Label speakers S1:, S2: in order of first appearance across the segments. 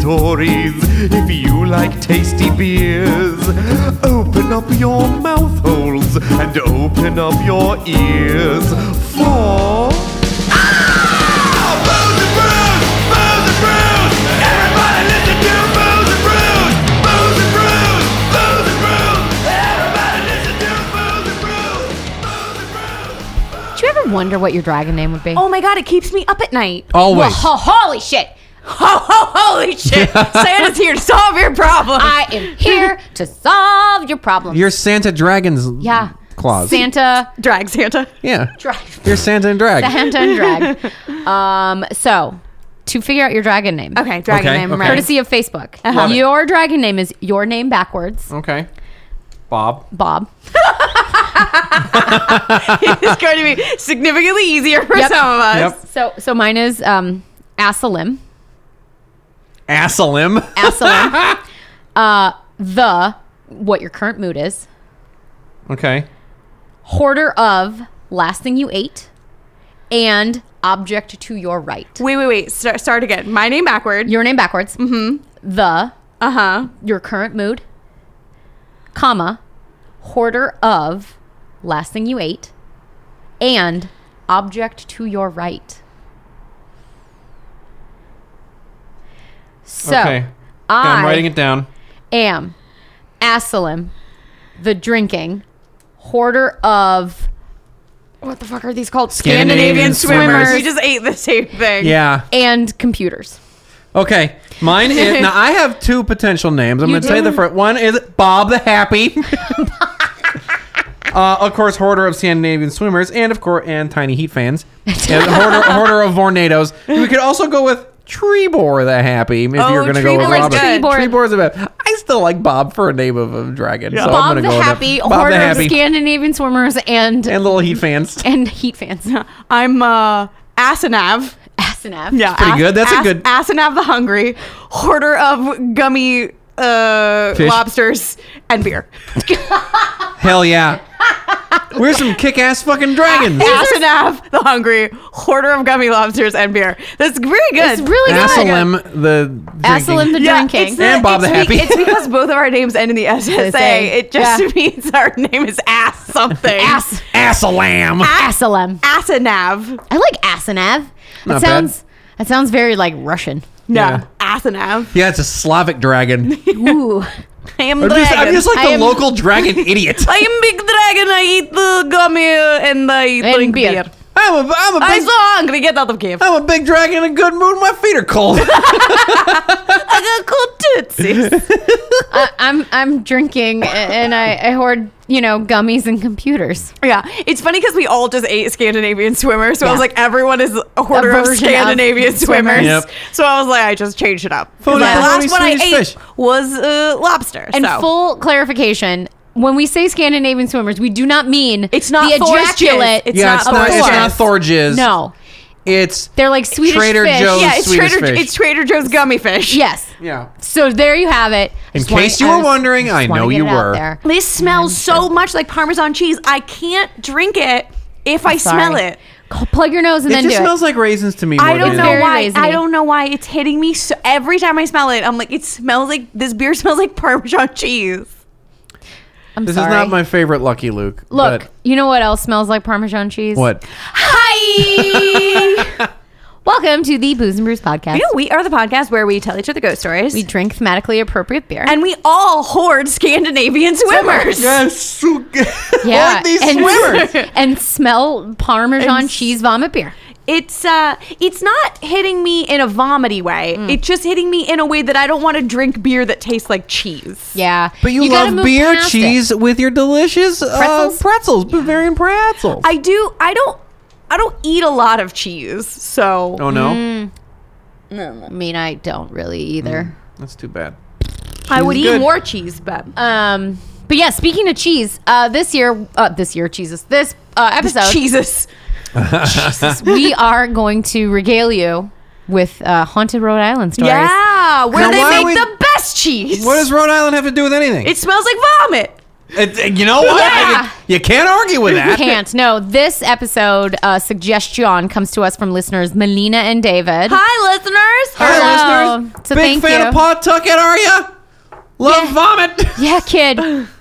S1: stories. If you like tasty beers, open up your mouth holes and open up your ears for.
S2: Do you ever wonder what your dragon name would be?
S3: Oh my god, it keeps me up at night.
S4: Always.
S2: Ho- holy shit!
S3: Ho, ho, holy shit! Santa's here to solve your problem.
S2: I am here to solve your problem.
S4: You're Santa Dragon's
S2: yeah.
S4: claws.
S2: Santa,
S3: Drag Santa.
S4: yeah.
S2: drive.
S4: You're Santa and Dragon.
S2: Santa and drag. Um, so, to figure out your dragon name.
S3: Okay, Uh-huh. dragon
S4: Okay,
S3: name.
S4: okay.
S3: Right.
S2: Courtesy of Facebook.
S4: Love it.
S2: Your dragon name is your name backwards,
S4: Okay. Bob.
S2: Bob.
S3: it's going to be significantly easier for
S2: Yep.
S3: some of us.
S4: Yep.
S2: So, so mine is um, Asalim.
S4: Assalim.
S2: Asalim. uh, the, what your current mood is.
S4: Okay.
S2: hoarder of last thing you ate and object to your right.
S3: Wait, wait, wait. Start, start again. My name backward.
S2: Your name backwards. Mm-hmm. The
S3: Uh huh.
S2: your current mood, comma, hoarder of last thing you ate and object to your right. So
S4: okay. Yeah,
S2: I
S4: I'm writing it down.
S2: am Asalim, the drinking hoarder of what the fuck are these called?
S4: Scandinavian swimmers.
S3: We just ate the same thing.
S4: Yeah.
S2: and computers.
S4: Okay. Mine is now I have two potential names. I'm
S2: You
S4: gonna say
S2: do?
S4: the first one is Bob the Happy. Uh, of course, hoarder of Scandinavian swimmers, and of course, and tiny heat fans, and hoarder, hoarder of tornadoes. We could also go with Trebor the Happy if
S3: Oh,
S4: you're going to go with
S3: Trebor's
S4: Robin.
S3: good.
S2: Trebor.
S4: Trebor's a bit. I still like Bob for a name of a dragon, so Oh, I'm
S2: Bob
S4: going to
S2: the
S4: go with
S2: Happy,
S4: it. Bob
S2: hoarder
S4: the
S2: of
S4: Happy,
S2: Scandinavian swimmers, and
S4: and little heat fans.
S2: and heat fans.
S3: I'm uh, Asenav.
S2: Asenav.
S3: Yeah,
S4: pretty
S3: As-
S4: good. That's a
S3: As-
S4: good-
S3: Asenav the Hungry, hoarder of gummy uh,
S4: Fish.
S3: lobsters and beer.
S4: Hell yeah! We're some kick-ass fucking dragons.
S3: Asenav the Hungry, hoarder of gummy lobsters and beer. That's very good.
S2: It's really good.
S4: Asylum the drinking.
S2: Asalim the
S3: Yeah,
S2: drinking.
S3: it's the-
S4: And Bob
S3: it's
S4: the
S3: be-
S4: Happy.
S3: It's because both of our names end in the SSA.
S2: SSA.
S3: It just
S2: Yeah.
S3: means our name is ass something.
S2: Ass
S4: Assalam.
S2: Asalam.
S3: Asenav.
S2: I like Asenav.
S4: Not
S2: It sounds that sounds very like Russian.
S3: No,
S4: Yeah.
S3: Asenav.
S4: Yeah, it's a Slavic dragon.
S2: Ooh.
S3: I am
S4: I'm just,
S3: dragon.
S4: I'm just like the
S2: I am-
S4: local dragon idiot.
S3: I am big dragon. I eat the gummy uh, and I drink beer.
S2: beer.
S4: I'm a, I'm a
S3: I'm
S4: big,
S3: so hungry. Get out of cave.
S4: I'm a big dragon in a good mood. My feet are cold.
S3: I got cold tootsies.
S2: I, I'm I'm drinking a- and I, I hoard you know gummies and computers.
S3: yeah, it's funny because we all just ate Scandinavian swimmer, so I was
S2: Yeah.
S3: like, everyone is a hoarder
S2: A
S3: of
S2: version of
S3: Scandinavian swimmers.
S2: swimmers.
S4: Yep.
S3: So I was like, I just changed it up. 'Cause
S4: Phony,
S3: the
S4: baloney,
S3: last one I
S4: Swedish
S3: ate
S4: fish.
S3: was uh, lobster.
S2: And
S3: so.
S2: full clarification: when we say Scandinavian swimmers, we do not mean
S3: It's not
S2: the
S3: Thor's jizz.
S2: ejaculate.
S3: It's
S4: yeah,
S3: not
S4: it's
S3: a
S4: not, it's
S3: Thor's.
S4: not Thor jizz.
S2: No,
S4: It's
S2: they're like Swedish
S4: Trader
S2: fish.
S4: Joe's.
S3: yeah, it's
S4: Swedish
S3: Trader,
S4: fish.
S3: it's Trader Joe's gummy fish.
S2: Yes.
S4: yeah.
S2: So there you have it.
S4: In case you were wondering, I know you were.
S3: This smells so much like Parmesan cheese. I can't drink it if i smell it.
S2: Plug your nose and
S4: It
S2: then
S4: just
S2: do
S4: smells like raisins to me. More
S3: I don't know
S4: than
S2: very
S4: anything.
S3: why.
S2: raisiny.
S3: I don't know why it's hitting me. So every time I smell it, I'm like, it smells like this beer smells like Parmesan cheese.
S2: it. I'm
S4: This
S2: sorry.
S4: is not my favorite Lucky Luke.
S2: Look,
S4: but-
S2: you know what else smells like Parmesan cheese?
S4: What?
S2: Hi. Welcome to the Booze and Brews podcast.
S3: You know, we are the podcast where we tell each other ghost stories,
S2: we drink thematically appropriate beer.
S3: and we all hoard Scandinavian swimmers.
S4: so good. Lord, these
S2: and,
S4: swimmers.
S2: and smell Parmesan
S3: And-
S2: cheese vomit beer.
S3: It's uh, it's not hitting me in a vomity way. It's just hitting me in a way that I don't want to drink beer that tastes like cheese.
S2: Yeah,
S4: But you,
S2: gotta
S4: love
S2: move
S4: beer
S2: past it.
S4: cheese with your delicious pretzels,
S2: Pretzels?
S4: uh, pretzels Bavarian pretzels.
S3: I do. I don't. I don't eat a lot of cheese, so
S4: oh no,
S2: Mm. I mean, I don't really either.
S4: that's too bad.
S3: I would
S4: is
S3: eat
S4: good.
S3: more cheese. But
S4: Mm.
S2: Um, but yeah, speaking of cheese, uh, this year, uh, this year, Jesus, this uh, episode,
S3: Jesus,
S2: we are going to regale you with uh, haunted Rhode Island stories.
S3: yeah, where
S4: Now,
S3: they
S4: why
S3: make
S4: would-
S3: the best cheese.
S4: What does Rhode Island have to do with anything?
S3: it smells like vomit.
S4: It- you know what?
S2: Yeah.
S4: You can't argue with that.
S2: Can't. No, this episode uh, suggestion comes to us from listeners Melina and David.
S3: Hi, listeners.
S4: Hi,
S2: Hello.
S4: listeners.
S2: So
S4: Big
S2: thank
S4: fan
S2: you.
S4: of Pawtucket, are you? Love vomit.
S2: Yeah, kid.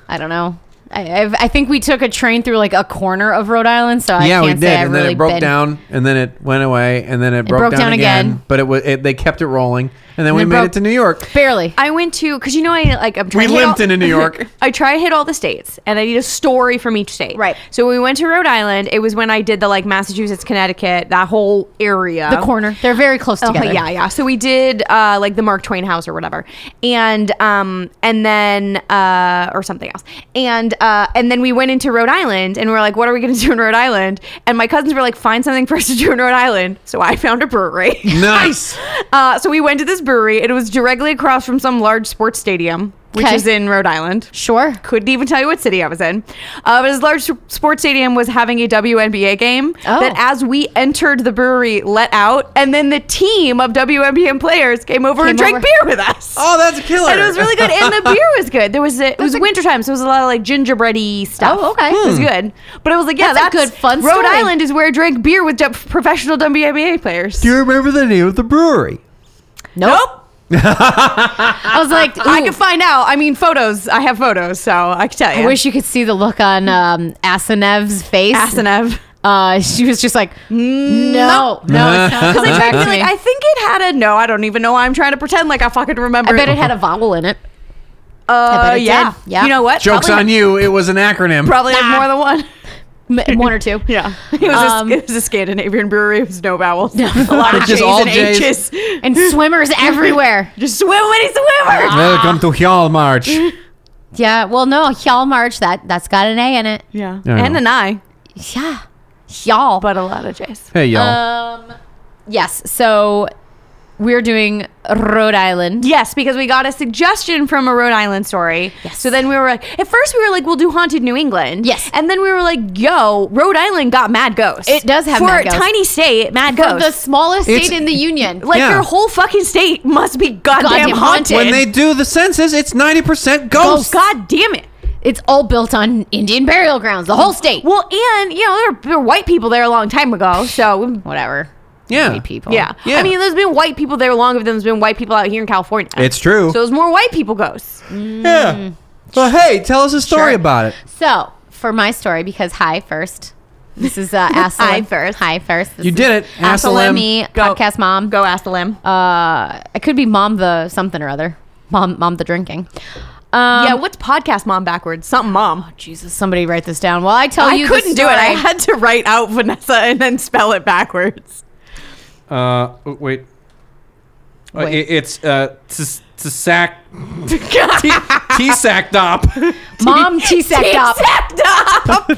S2: I don't know. I, I've, I think we took a train through like a corner of Rhode Island, so I
S4: yeah,
S2: can't
S4: we did,
S2: say I've
S4: and
S2: really
S4: then it broke
S2: been-
S4: down, and then it went away, and then it broke,
S2: broke
S4: down,
S2: down
S4: again.
S2: again.
S4: But it was it, they kept it rolling, and then we
S2: it
S4: made
S2: broke-
S4: it to New York.
S2: barely.
S3: I went to because you know I like I'm trying. to hit
S4: limped
S3: all-
S4: into New York.
S3: I try to hit all the states, and I need a story from each state.
S2: Right.
S3: So we went to Rhode Island. It was when I did the like Massachusetts, Connecticut, that whole area,
S2: the corner. They're very close
S3: Oh,
S2: together.
S3: yeah, yeah. So we did uh, like the Mark Twain house or whatever, and um, and then uh, or something else, and uh, and then we went into Rhode Island, and we are like, what are we going to do in Rhode Island? And my cousins were like, find something for us to do in Rhode Island. So I found a brewery.
S4: Nice.
S3: uh, so we went to this brewery. and It was directly across from some large sports stadium, which
S2: Okay.
S3: is in Rhode Island.
S2: Sure.
S3: Couldn't even tell you what city I was in. Uh, but this large sports stadium was having a WNBA game
S2: Oh.
S3: that, as we entered the brewery, let out. And then the team of WNBA players came over and
S2: Came
S3: drank
S2: over.
S3: beer with us.
S4: oh, that's a killer.
S3: And it was really good. And the beer was good. There was a, it was wintertime, so it was a lot of like gingerbready stuff.
S2: Oh, okay.
S3: It was good. But it was like, yeah,
S2: That's
S3: that's,
S2: a good, fun
S3: Rhode
S2: story.
S3: Island is where I drank beer with d- professional WNBA players.
S4: Do you remember the name of the brewery?
S2: Nope. I was like,
S3: I
S2: ooh,
S3: could find out. I mean, photos. I have photos, so I can tell you.
S2: I wish you could see the look on um, Asenev's face.
S3: Asenev.
S2: Uh, she was just like, no, no, it's not coming
S3: I,
S2: back
S3: feel
S2: to me.
S3: like, I think it had a no. I don't even know why I'm trying to pretend like I fucking remember.
S2: I bet it had a vowel in it.
S3: Uh,
S2: bet it
S3: yeah,
S2: did. Yeah.
S3: You know what?
S4: Jokes
S3: probably
S4: on
S3: had-
S4: you. It was an acronym.
S3: Probably had
S2: Nah.
S3: more than one.
S2: M- One or two.
S3: Yeah, it was,
S2: Um,
S3: a, it was a Scandinavian brewery. It was no vowels. a lot of
S4: Just
S3: J's
S4: all
S3: and
S4: J's.
S3: H's.
S2: And swimmers everywhere.
S3: Just swim, Winnie, swimmer.
S4: Welcome to Hjalmarch.
S2: Yeah. Well, no, Hjalmarch, that, that's got an A in it.
S3: Yeah,
S4: Yeah.
S3: and an I,
S2: Yeah. Hjalmar.
S3: but a lot of J's.
S4: hey y'all.
S2: Um, yes. So we're doing Rhode Island.
S3: Yes, because we got a suggestion from a Rhode Island story.
S2: Yes.
S3: So then we were like, at first we were like, we'll do Haunted New England.
S2: Yes.
S3: And then we were like, yo, Rhode Island got Mad Ghost.
S2: It does have
S3: For
S2: mad
S3: a
S2: ghosts.
S3: tiny state, Mad
S2: Of
S3: Ghost.
S2: the smallest state
S4: It's-
S2: in the union.
S3: e-, like
S4: Yeah.
S3: your whole fucking state must be goddamn,
S2: Goddamn haunted.
S3: haunted.
S4: when they do the census, it's ninety percent
S3: oh,
S4: ghosts.
S3: God damn it.
S2: It's all built on Indian burial grounds, the whole state.
S3: Well, and you know there were, there were white people there a long time ago, so
S2: Whatever.
S4: Yeah.
S2: White people.
S3: yeah.
S4: Oh, Yeah.
S3: I mean, there's been white people there longer than there's been white people out here in California.
S4: It's true.
S3: So there's more white people ghosts.
S2: Hmm.
S4: yeah. Well, hey, tell us a story about it.
S2: So for my story, because hi first. This is uh, Asylum.
S3: Hi first.
S2: Hi first. This
S4: You
S2: is
S4: did it.
S2: Asylum. Me,
S3: Go.
S2: podcast mom.
S3: Go ask the limb.
S2: Uh, I could be mom the something or other. Mom, mom the drinking. Um,
S3: yeah, what's podcast mom backwards? Something mom. Oh,
S2: Jesus, somebody write this down. Well, I tell
S3: I
S2: you, the
S3: couldn't do it. I
S2: story.
S3: had to write out Vanessa and then spell it backwards.
S4: Uh, wait. Uh,
S2: Wait.
S4: it- it's uh, t- t- sack. T sack dop.
S2: mom t sacked up.
S3: T-Sack-Dop.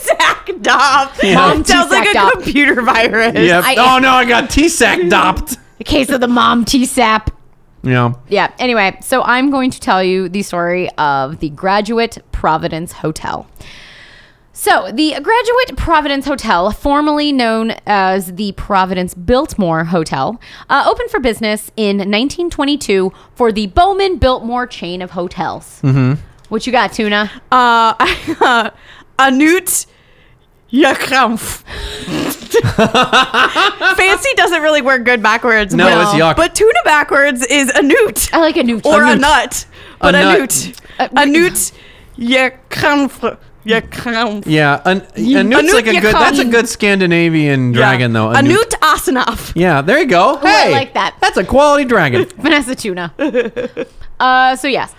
S3: T-Sack-Dop.
S2: Mom
S3: Sounds like a
S2: T-Sack-Dop.
S3: computer virus.
S4: Yep.
S2: I-
S4: oh no, I got T sack dopped.
S2: The case of the mom t sap.
S4: Yeah.
S2: Yeah. Anyway, so I'm going to tell you the story of the Graduate Providence Hotel. So, the Graduate Providence Hotel, formerly known as the Providence Biltmore Hotel, uh, opened for business in 1922 for the Bowman Biltmore chain of hotels. Mm-hmm. What you got, Tuna?
S3: Uh, Anut Yakrampf. Fancy doesn't really work good backwards.
S4: No,
S3: but,
S4: it's yuck.
S3: But tuna backwards is Anut.
S2: I like a new
S3: or
S2: a
S3: a
S2: new-
S3: nut. But
S4: nut.
S3: Anut.
S2: Uh,
S3: Anut Yakrampf. Yakrampf.
S4: Yeah. An, Anut's
S3: Anut
S4: like a good. That's a good Scandinavian dragon, though. Anut.
S3: Anut Asanov.
S4: Yeah. There you go.
S2: Oh, I
S4: Hey,
S2: like that.
S4: That's a quality dragon.
S2: Vanessa Tuna. uh, so yes,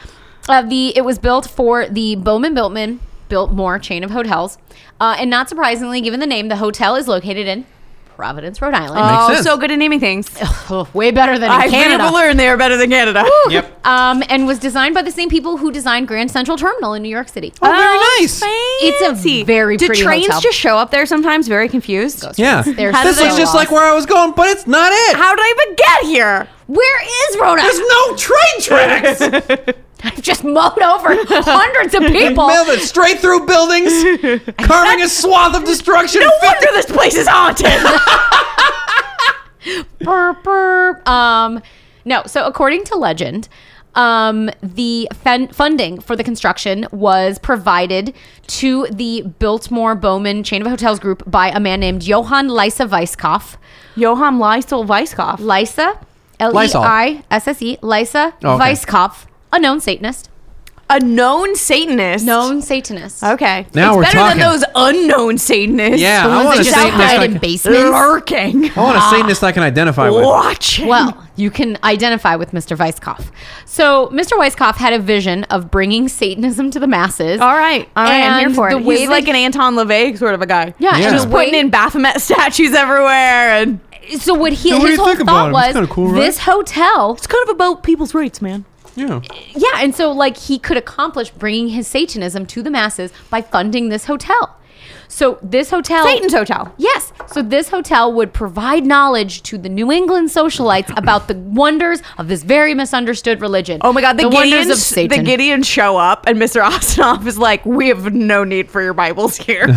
S2: uh, the it was built for the Bowman Biltman Biltmore chain of hotels, uh, and not surprisingly, given the name, the hotel is located in Providence, Rhode Island.
S4: Makes
S3: Oh,
S4: sense.
S3: so good at naming things.
S2: Oh, way better than in
S3: Uh, I
S2: Canada.
S3: never learned they are better than Canada.
S4: yep.
S2: um, and was designed by the same people who designed Grand Central Terminal in New York City.
S4: Oh, very nice.
S2: It's a very
S3: Do
S2: pretty
S3: trains
S2: hotel.
S3: just show up there sometimes? Very confused.
S4: Yeah.
S2: They're
S4: this
S2: so
S4: looks
S2: lost.
S4: just like where I was going, but it's not it.
S3: How did I even get here?
S2: Where is Rhode
S4: There's
S2: Island?
S4: no train tracks. It
S2: I've just mowed over hundreds of people.
S4: mailed it straight through buildings, carving a swath of destruction.
S3: No wonder this place is haunted.
S2: burp, burp. Um, no. So according to legend, Um, the fen- funding for the construction was provided to the Biltmore Bowman chain of hotels group by a man named Johann Lysa Weisskopf.
S3: Johann Lysol Weisskopf.
S2: Lysa, L E
S4: Lysol.
S2: I S S E, Lysa
S4: Oh, okay.
S2: Weisskopf, a known Satanist.
S3: A known Satanist.
S2: Known Satanist.
S3: Okay.
S4: Now
S3: it's
S4: we're
S3: better
S4: talking.
S3: than those unknown Satanists.
S4: Yeah,
S2: The
S4: I
S2: ones
S4: want
S2: that
S4: a
S2: just
S4: Satanist
S2: hide
S4: I
S2: in
S4: can-
S2: basements.
S3: Lurking.
S4: I want a Satanist Oh, I can identify with.
S3: Watching.
S2: Well, you can identify with Mr. Weisskopf. So, Mr. Weisskopf had a vision of bringing Satanism to the masses.
S3: All right. All right. I'm here
S2: And
S3: for
S2: the
S3: it.
S2: way
S3: He's
S2: that
S3: like an Anton LaVey sort of a guy.
S2: Yeah,
S4: Yeah.
S2: and
S4: Just
S2: the
S3: Putting
S2: way-
S3: in Baphomet statues everywhere and
S2: So what he
S4: So what do
S2: his
S4: you
S2: whole
S4: think about
S2: thought
S4: him? It's
S2: was
S4: kinda cool, right?
S2: this hotel.
S3: it's kind of about people's rights, man.
S4: Yeah.
S2: Yeah, and so like he could accomplish bringing his Satanism to the masses by funding this hotel. So this hotel
S3: Satan's hotel.
S2: Yes. So this hotel would provide knowledge to the New England socialites about the wonders of this very misunderstood religion.
S3: Oh my God, the,
S2: wonders
S3: Gideons,
S2: of Satan.
S3: the Gideons show up, and Mr. Osinoff is like, "We have no need for your Bibles here.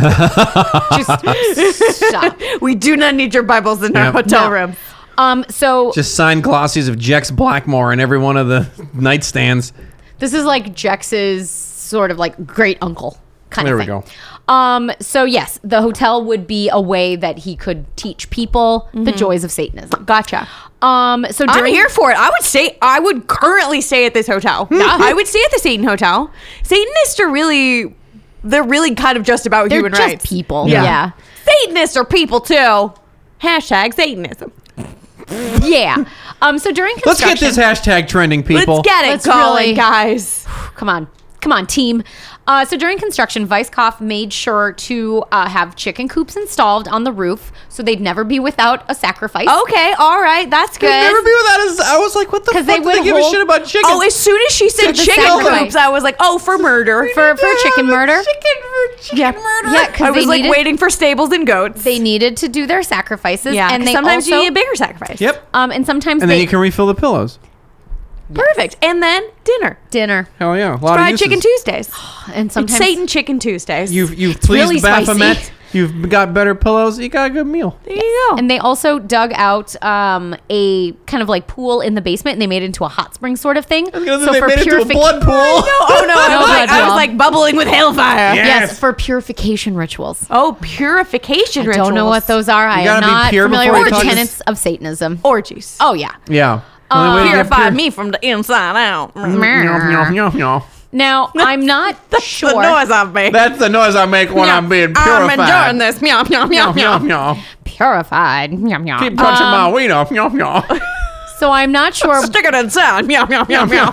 S2: Just stop.
S3: we do not need your Bibles in our
S4: Yeah.
S3: hotel
S2: No.
S3: room."
S2: Um so
S4: Just signed glossies of Jex Blackmore in every one of the nightstands.
S2: This is like Jex's sort of like great uncle kind
S4: There
S2: of
S4: we
S2: thing.
S4: go.
S2: Um, so yes, the hotel would be a way that he could teach people the joys of Satanism.
S3: Gotcha.
S2: Um, so
S3: Mm-hmm. I'm
S2: during,
S3: here for it. I would stay. I would currently stay at this hotel. I would stay at the Satan Hotel. Satanists are really, they're really kind of just about
S2: they're
S3: human
S2: just
S3: rights.
S2: people.
S4: Yeah.
S2: Yeah.
S3: Satanists are people too. Hashtag Satanism.
S2: Yeah. Um, so during
S4: Let's
S2: construction,
S4: get this hashtag trending, people.
S3: Let's get it
S2: Let's
S3: going,
S2: really-
S3: guys.
S2: come on come on team uh, so during construction weisskopf made sure to uh, have chicken coops installed on the roof so they'd never be without a sacrifice
S3: Okay, all right, that's good.
S4: Never be without us. I was like, what the fuck?
S2: Because they
S4: do they
S2: would
S4: give
S2: hold-
S4: a shit about chicken?
S3: Oh, as soon as she said
S2: the
S3: chicken
S2: sacrifice.
S3: coops, I was like, oh, for murder.
S2: for, for chicken murder
S4: Chicken for chicken
S3: yeah.
S4: murder.
S2: yeah because
S3: I was
S2: they,
S3: like
S2: needed-
S3: waiting for stables and goats.
S2: they needed to do their sacrifices
S3: yeah,
S2: and
S3: 'cause
S2: they
S3: sometimes
S2: also,
S3: you need a bigger sacrifice.
S4: Yep.
S2: um, and sometimes
S4: And
S2: they
S4: then you can refill the pillows.
S3: Perfect. And then dinner.
S2: dinner
S4: Hell yeah. A lot
S3: Fried
S4: of
S3: chicken
S4: uses.
S3: Tuesdays.
S2: and sometimes
S3: Satan chicken Tuesdays.
S4: You've, you've pleased
S2: really spicy.
S4: Baphomet. You've got better pillows. You got a good meal.
S3: there you go.
S2: and they also dug out um, a kind of like pool in the basement and they made it into a hot spring sort of thing.
S4: Because they made it to a
S2: purific-
S4: blood pool.
S3: oh no, I
S2: No
S3: was,
S2: blood
S3: like, I was
S2: draw.
S3: like bubbling with hellfire.
S4: Yeah.
S2: Yes.
S4: Yes.
S2: for purification rituals.
S3: Oh, purification
S2: I
S3: rituals.
S2: don't know what those are. I am
S4: gotta be
S2: not
S4: pure
S2: familiar
S4: before
S2: with the
S4: you touch-
S2: tenets of Satanism.
S3: orgies.
S2: Oh yeah.
S4: Yeah. Only way to
S3: Uh,
S4: get
S3: purify
S4: pure-
S3: me from the inside out.
S4: Nyop, nyop, nyop, nyop.
S2: Now I'm not
S3: The
S2: sure.
S3: noise I've made.
S4: That's the noise I make when I'm being purified.
S3: I'm enjoying this. Meow, meow, meow,
S4: Nyop,
S3: meow.
S4: nyop, nyop.
S2: Purified. Yum, yum.
S4: Keep touching my wiener. Nyop, nyop.
S2: So I'm not sure.
S3: Stick it inside. Meow, meow, meow, meow.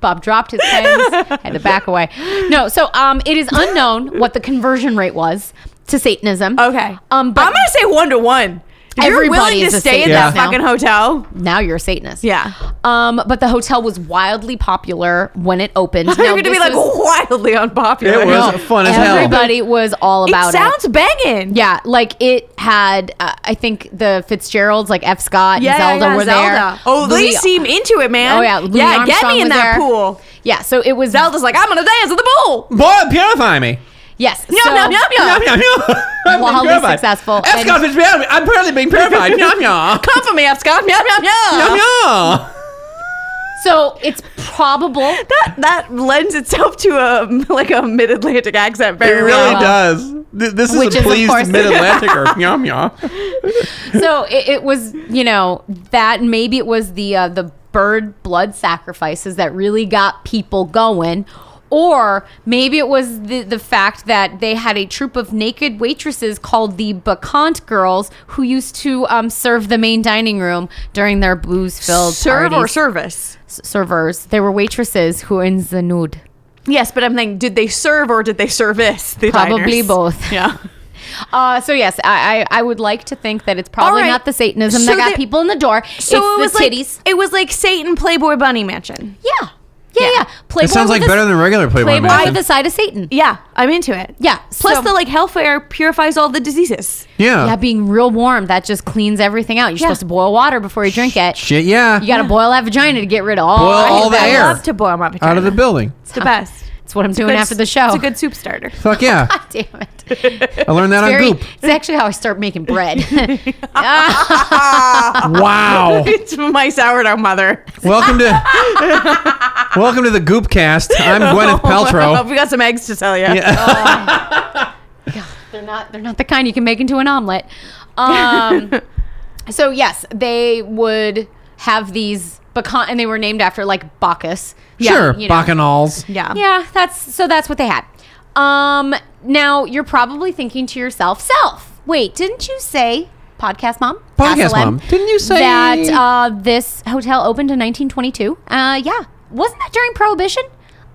S2: Bob dropped his pens, had to back away. No. So um, it is unknown what the conversion rate was to Satanism.
S3: Okay.
S2: Um, but
S3: I'm gonna say one to one. If you're
S2: Everybody
S3: willing
S2: is
S3: to
S2: a
S3: stay in that
S4: Satanist
S2: now.
S3: fucking hotel,
S2: now you're a Satanist.
S3: Yeah.
S2: Um, but the hotel was wildly popular when it opened. Now,
S3: you're gonna be
S2: this
S3: like
S2: was-
S3: wildly unpopular.
S4: It was
S2: No,
S4: fun as hell.
S2: Everybody was all about it.
S3: It sounds banging.
S2: Yeah, like it had. Uh, I think the Fitzgeralds, like F. Scott
S3: Yeah,
S2: and Zelda,
S3: yeah,
S2: were there.
S3: Zelda. Oh,
S2: Louis-
S3: they seem into it, man.
S2: Oh yeah, Louis
S3: yeah. Get
S2: Armstrong
S3: me in
S2: was
S3: that
S2: there.
S3: pool.
S2: Yeah, so it was
S3: Zelda's like, I'm gonna dance at the pool.
S4: Boy, purify me.
S2: Yes,
S3: Yum,
S2: so,
S3: yum, yum, yum.
S4: Nyop, nyop, nyop. I'm being
S2: Wildly
S4: purified.
S2: successful.
S4: F. Scott Fitzgerald. I'm apparently being purified. Nyop, nyop.
S3: Come for me, F. Scott. Meow, meow, meow.
S4: Nyop, nyop.
S2: so it's probable.
S3: That that lends itself to a like a mid Atlantic accent.
S4: It
S3: Very
S4: really
S3: well.
S4: does. Th- This is
S2: Which is,
S4: a
S2: of course-
S4: pleased mid Atlanticer. Nyop, nyop.
S2: So it, it was, you know, that maybe it was the uh, the bird blood sacrifices that really got people going. Or maybe it was the, the fact that they had a troop of naked waitresses called the Bacchant Girls who used to um, serve the main dining room during their booze filled
S3: Serve or
S2: parties.
S3: service.
S2: S- servers. They were waitresses who were in the nude.
S3: Yes, but I'm thinking, did they serve or did they service the
S2: Probably
S3: diners?
S2: both.
S3: Yeah.
S2: Uh, so yes, I, I I would like to think that it's probably
S3: All right.
S2: not the Satanism
S3: So
S2: that got
S3: the-
S2: people in the door.
S3: So
S2: it's
S3: it was
S2: the titties.
S3: like it was like Satan Playboy Bunny Mansion.
S2: Yeah. Yeah, yeah. Playboy
S4: It sounds
S2: with
S4: like
S2: a-
S4: better than regular Playboy.
S2: Playboy
S4: Mansion.
S2: with the side of Satan.
S3: Yeah, I'm into it.
S2: Yeah,
S3: Plus
S2: so-
S3: the like hellfire purifies all the diseases.
S4: Yeah.
S2: Yeah, being real warm, that just cleans everything out. You're
S3: Yeah.
S2: supposed to boil water before you drink it.
S4: Shit, yeah.
S2: You got to boil that vagina to get rid of all,
S4: Boil all the
S2: that.
S4: air.
S3: I love to boil my vagina.
S4: out of the building.
S3: It's the best.
S2: It's what I'm doing after the show.
S3: It's a good soup starter.
S4: Fuck yeah.
S2: God damn it.
S4: I learned that
S2: Very,
S4: on Goop.
S2: it's actually how I start making bread.
S4: Wow.
S3: it's my sourdough mother.
S4: welcome to Welcome to the Goopcast. I'm
S2: Oh,
S4: Gwyneth Paltrow.
S3: we got some eggs to sell you.
S4: Yeah.
S2: they're not they're not the kind you can make into an omelet. Um, so yes, they would have these pecan, and they were named after like Bacchus.
S4: sure.
S2: you know.
S4: Bacchanals.
S3: Yeah.
S2: Yeah, that's so that's what they had. Um, now you're probably thinking to yourself, self, wait, didn't you say podcast mom?
S4: Podcast
S2: SLM,
S4: Mom, didn't you say-
S2: that uh, this hotel opened in 1922? Uh, yeah, wasn't that during Prohibition?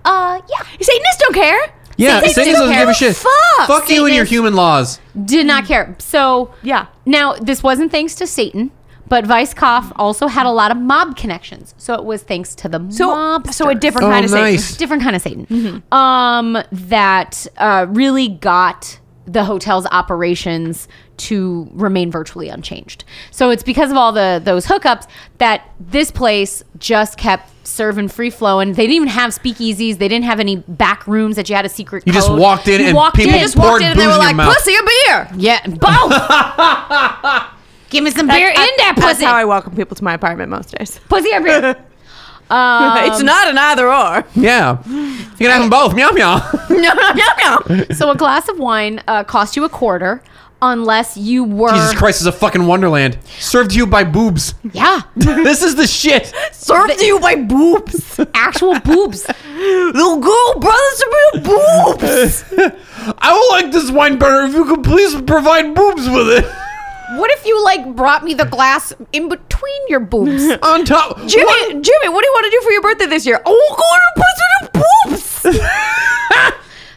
S2: Uh, yeah,
S3: Satanists don't care.
S4: Yeah,
S2: Satanists
S4: Satanists
S2: don't
S4: doesn't give
S2: care.
S4: a shit.
S2: Fuck
S4: you and your
S2: Satanists.
S4: human laws.
S2: did not care. So
S3: Mm. Yeah.
S2: Now this wasn't thanks to Satan, but Weisskopf also had a lot of mob connections, so it was thanks to the
S3: So,
S2: mob.
S3: so a different
S4: Oh,
S3: kind of Satan. Mm-hmm.
S4: nice.
S2: different kind of Satan. Um, that uh, really got the hotel's operations to remain virtually unchanged. So it's because of all the those hookups that this place just kept serving free flowing. They didn't even have speakeasies. They didn't have any back rooms that you had a secret.
S4: You just
S2: code.
S4: walked in
S2: You
S4: and
S2: walked
S4: people
S2: in.
S4: just poured booze in your mouth.
S3: a beer.
S2: Yeah, both. Give me some beer in that
S3: That's
S2: pussy.
S3: how I welcome people to my apartment most days.
S2: pussy up here. Um,
S3: it's not an either or.
S4: Yeah. You can have them both. Meow meow.
S3: no, no, no.
S2: so a glass of wine uh, cost you a quarter, unless you were
S4: Jesus Christ is a fucking wonderland. Served to you by boobs.
S2: yeah
S4: this is the shit.
S3: Served to you by boobs.
S2: actual boobs.
S3: Little girl, brothers to real boobs.
S4: I will like this wine better if you could please provide boobs with it.
S2: What if you like brought me the glass in between your boobs?
S4: On top.
S3: Jimmy,
S4: What?
S3: Jimmy, what do you want to do for your birthday this year? Oh, go to puss with your boobs.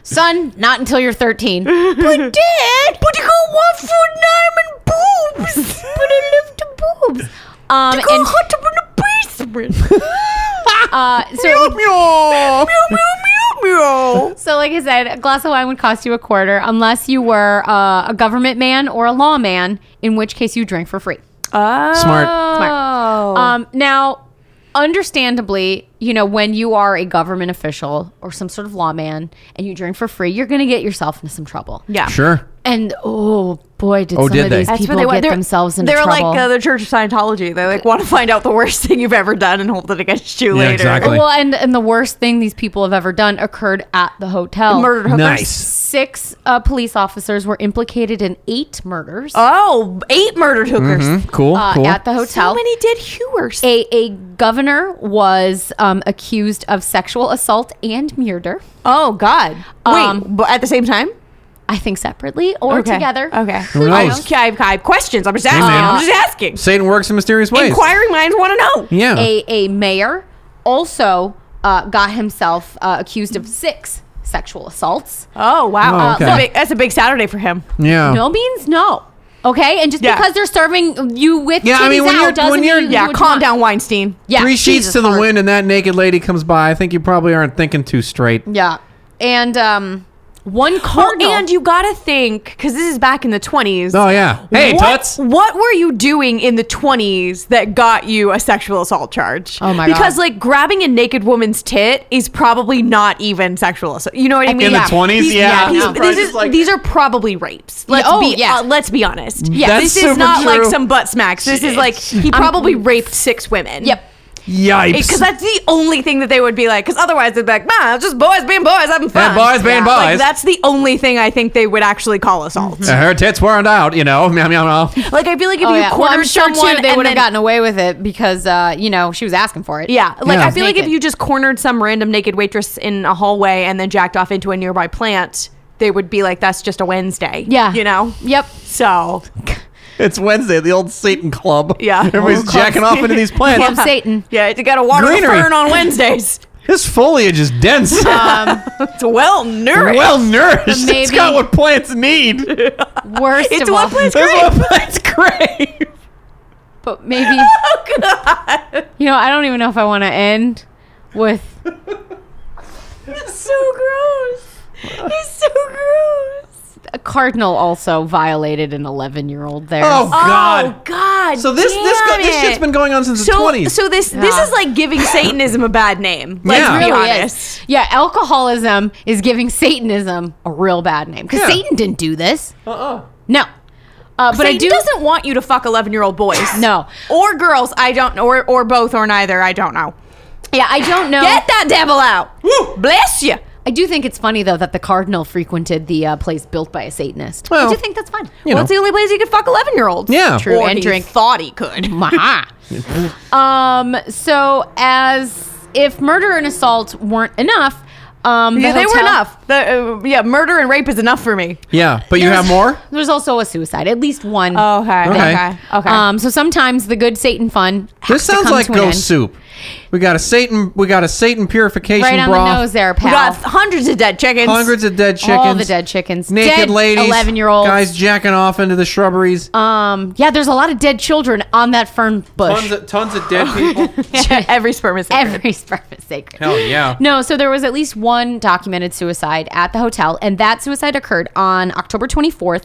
S2: Son, not until you're 13. but dad,
S3: But you got one foot nine and boobs.
S2: but I love the boobs. Um,
S3: Go
S2: and
S3: hot up in the basement.
S2: uh, so,
S3: meow. Meow, meow, meow, meow.
S2: so, like I said, a glass of wine would cost you a quarter, unless you were uh, a government man or a lawman, in which case you drank for free.
S4: Smart.
S2: Um, now, understandably, you know, when you are a government official or some sort of lawman and you drink for free, you're going to get yourself into some trouble.
S3: yeah.
S4: Sure.
S2: And oh boy, did
S4: Oh,
S2: some
S4: did
S2: of
S4: they?
S2: these
S4: That's
S2: people
S3: wa-
S2: get themselves into
S3: they're
S2: trouble.
S3: like uh, the Church of Scientology. They like want to find out the worst thing you've ever done and hold it against you
S4: Yeah,
S3: later.
S4: exactly.
S2: well, and and the worst thing these people have ever done occurred at the hotel.
S3: Murdered Oh, hookers.
S4: Nice.
S2: Six uh, police officers were implicated in eight murders
S3: Oh, eight murdered hookers.
S4: Cool.
S2: uh,
S4: cool.
S2: at the hotel.
S3: How many did Hewers?
S2: a, a governor was um, accused of sexual assault and murder.
S3: Oh God!
S2: Um,
S3: Wait, but at the same time
S2: I think separately or
S3: Okay.
S2: together.
S3: Okay.
S4: Who
S3: I,
S4: knows?
S3: I, have, I have questions. I'm just asking.
S4: man.
S3: I'm just asking.
S4: Satan works in mysterious ways.
S3: Inquiring minds want to know.
S4: Yeah.
S2: a, a mayor also uh, got himself uh, accused of six sexual assaults.
S3: Oh wow,
S4: Oh, okay.
S3: that's, a big, that's a big Saturday for him.
S4: yeah.
S2: No means no. Okay, and just
S3: Yeah.
S2: because they're serving you with
S4: Yeah, I mean,
S2: titties
S4: when
S2: out
S4: you're-
S2: doesn't
S4: when you're-
S2: mean you
S3: Yeah,
S2: would
S3: calm
S2: want-
S3: down, Weinstein.
S2: Yeah,
S4: Three sheets
S2: Jesus
S4: to the
S2: Lord.
S4: wind and that naked lady comes by. I think you probably aren't thinking too straight.
S2: Yeah, and um, one
S3: Oh,
S2: cardinal.
S3: and you gotta think because this is back in the 20s.
S4: Oh yeah. Hey,
S3: what,
S4: Tuts.
S3: What were you doing in the 20s that got you a sexual assault charge?
S2: Oh, my
S3: because, Because
S2: God.
S3: like grabbing a naked woman's tit is probably not even sexual assault. You know what I mean?
S4: In the 20s?
S3: These-
S4: Yeah.
S3: These,
S2: Yeah.
S3: these is- these are probably rapes. Let's
S2: oh,
S3: be
S2: yeah.
S3: uh, let's be honest.
S2: Yeah. That's
S3: this is
S4: super
S3: not like
S4: true.
S3: some butt smacks. This is like he probably raped six women.
S2: yep.
S4: Yipes.
S3: Because that's the only thing that they would be like. Because otherwise they'd be like, nah, it's just boys being boys, having fun.
S4: boys
S3: Like,
S4: being boys. Mm-hmm.
S3: that's the only thing I think they would actually call assault.
S4: her tits weren't out, you know. Meow meow meow.
S3: Like I feel like if
S2: Oh,
S3: you
S2: yeah.
S3: quartered
S2: Well, I'm sure
S3: someone,
S2: too, they
S3: and
S2: would have
S3: then-
S2: gotten away with it because uh, you know she was asking for it.
S3: Yeah, like
S4: Yeah.
S3: I feel like if
S2: Naked.
S3: you just cornered some random naked waitress in a hallway and then jacked off into a nearby plant, they would be like, "That's just a Wednesday."
S2: yeah.
S3: you know.
S2: Yep.
S3: So
S4: It's Wednesday, the old Satan club.
S3: Yeah.
S4: Everybody's
S3: Old club.
S4: jacking off into these plants.
S2: Club Satan.
S3: yeah, you got to water the
S4: Greenery.
S3: fern on Wednesdays.
S4: His foliage is dense.
S2: Uh,
S3: It's well nourished.
S4: well nourished.
S2: But
S4: it's
S2: maybe-
S4: got what plants need. That's
S2: Worst
S3: it's
S2: of all,
S3: what place
S4: what plants crave.
S2: but maybe.
S3: Oh,
S2: You know, I don't even know if I want to end with.
S3: so gross. It's so gross.
S2: a cardinal also violated an 11 year old there.
S4: Oh God.
S3: Oh God.
S4: so this this go,
S3: damn
S4: this shit's
S3: it.
S4: been going on since the
S3: So,
S4: twenties.
S3: so this this
S2: Yeah.
S3: is like giving Satanism a bad name. Let's
S4: Yeah.
S3: be
S2: It really
S3: honest.
S2: is. Yeah, alcoholism is giving Satanism a real bad name because
S4: Yeah.
S2: Satan didn't do this.
S4: Uh-uh.
S2: No, uh, but
S3: But
S2: I do.
S3: doesn't want you to fuck eleven year old boys.
S2: No.
S3: or girls. I don't. Or or both or neither. I don't know.
S2: Yeah, I don't know.
S3: Get that devil out. Woo, bless you.
S2: I do think it's funny though that the cardinal frequented the uh, place built by a Satanist. I
S4: Well,
S2: do think that's fun.
S4: You
S3: well,
S4: know.
S3: it's the only place you could fuck eleven year olds.
S4: Yeah. True,
S3: Or
S2: and
S3: he
S2: drink.
S3: Thought he could.
S2: Maha. um. So as if murder and assault weren't enough, um, the
S3: Yeah, they were
S2: hotel-
S3: enough. The, uh, yeah, murder and rape is enough for me.
S4: Yeah, but you
S2: There's-
S4: have more?
S2: There's also a suicide, at least one.
S3: Okay.
S4: Okay.
S3: Oh, Okay. Okay.
S2: Um, so sometimes the good Satan fun. has
S4: This
S2: to
S4: sounds
S2: come
S4: like
S2: to an
S4: ghost
S2: end.
S4: soup. We got a Satan we got a Satan purification
S2: Right on
S4: broth.
S2: the nose there,
S3: we
S2: pal.
S3: got hundreds of dead chickens.
S4: Hundreds of dead chickens.
S2: All the dead chickens.
S4: Naked
S2: Dead
S4: ladies.
S2: 11-year-olds.
S4: Guys jacking off into the shrubberies.
S2: Um, yeah, there's a lot of dead children on that fern bush.
S4: of, tons of dead people.
S3: Every sperm is sacred.
S2: Every sperm is sacred.
S4: Hell yeah.
S2: No, so there was at least one documented suicide at the hotel, and that suicide occurred on October 24th,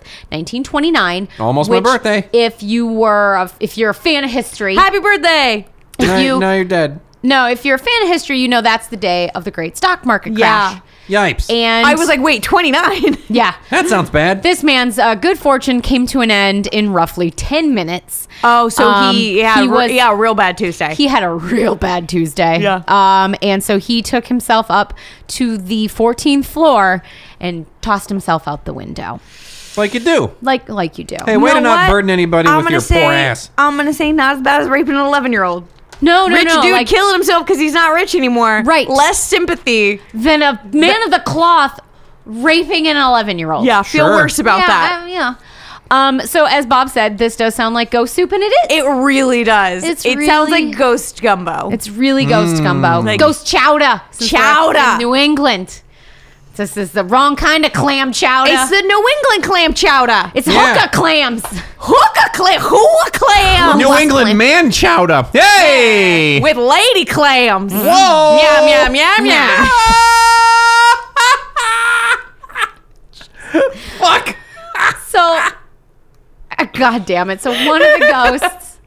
S2: 1929.
S4: Almost my
S2: which,
S4: birthday.
S2: If you were, a, if you're a fan of history,
S3: Happy birthday.
S2: if
S4: now,
S2: you
S4: now you're dead.
S2: no, if you're a fan of history, you know that's the day of the great stock market
S3: Yeah.
S2: crash.
S4: Yipes.
S2: And
S3: I was like, wait, twenty nine.
S2: yeah.
S4: that sounds bad.
S2: This man's uh, good fortune came to an end in roughly 10 minutes.
S3: Oh, so
S2: Um,
S3: he yeah
S2: he
S3: re-
S2: was-
S3: yeah real bad Tuesday.
S2: he had a real bad Tuesday.
S3: Yeah.
S2: Um, and so he took himself up to the 14th floor and tossed himself out the window,
S4: like you do.
S2: like like you do.
S4: Hey, way
S3: You
S4: to
S3: know
S4: not
S3: what?
S4: burden anybody
S3: I'm
S4: with
S3: gonna
S4: your
S3: say,
S4: poor ass.
S3: I'm gonna say not as bad as raping an 11 year old.
S2: no, no,
S3: rich
S2: no.
S3: dude
S2: like,
S3: killing himself because he's not rich anymore.
S2: Right.
S3: Less sympathy.
S2: Then a man of the cloth raping an 11 year old.
S3: Yeah. Feel
S4: Sure.
S3: worse about
S2: yeah,
S3: that.
S2: um, yeah. Um, so as Bob said, this does sound like ghost soup, and it is.
S3: it really does.
S2: It's
S3: it sounds
S2: really-
S3: like ghost gumbo.
S2: It's really ghost gumbo.
S3: Mm. Like-
S2: ghost chowder. since we're
S3: Chowder.
S2: in New England. This is the wrong kind of clam chowder.
S3: It's the New England clam chowder.
S2: It's
S4: Yeah.
S2: hookah clams. Oh,
S3: hookah clam. Hookah clam.
S4: New
S2: West
S4: England
S2: Lynn.
S4: man chowed up. Hey!
S3: With lady clams.
S4: Whoa!
S3: Yum, yum, yum, yum.
S4: Fuck!
S2: So, ah, god damn it. So one of the ghosts.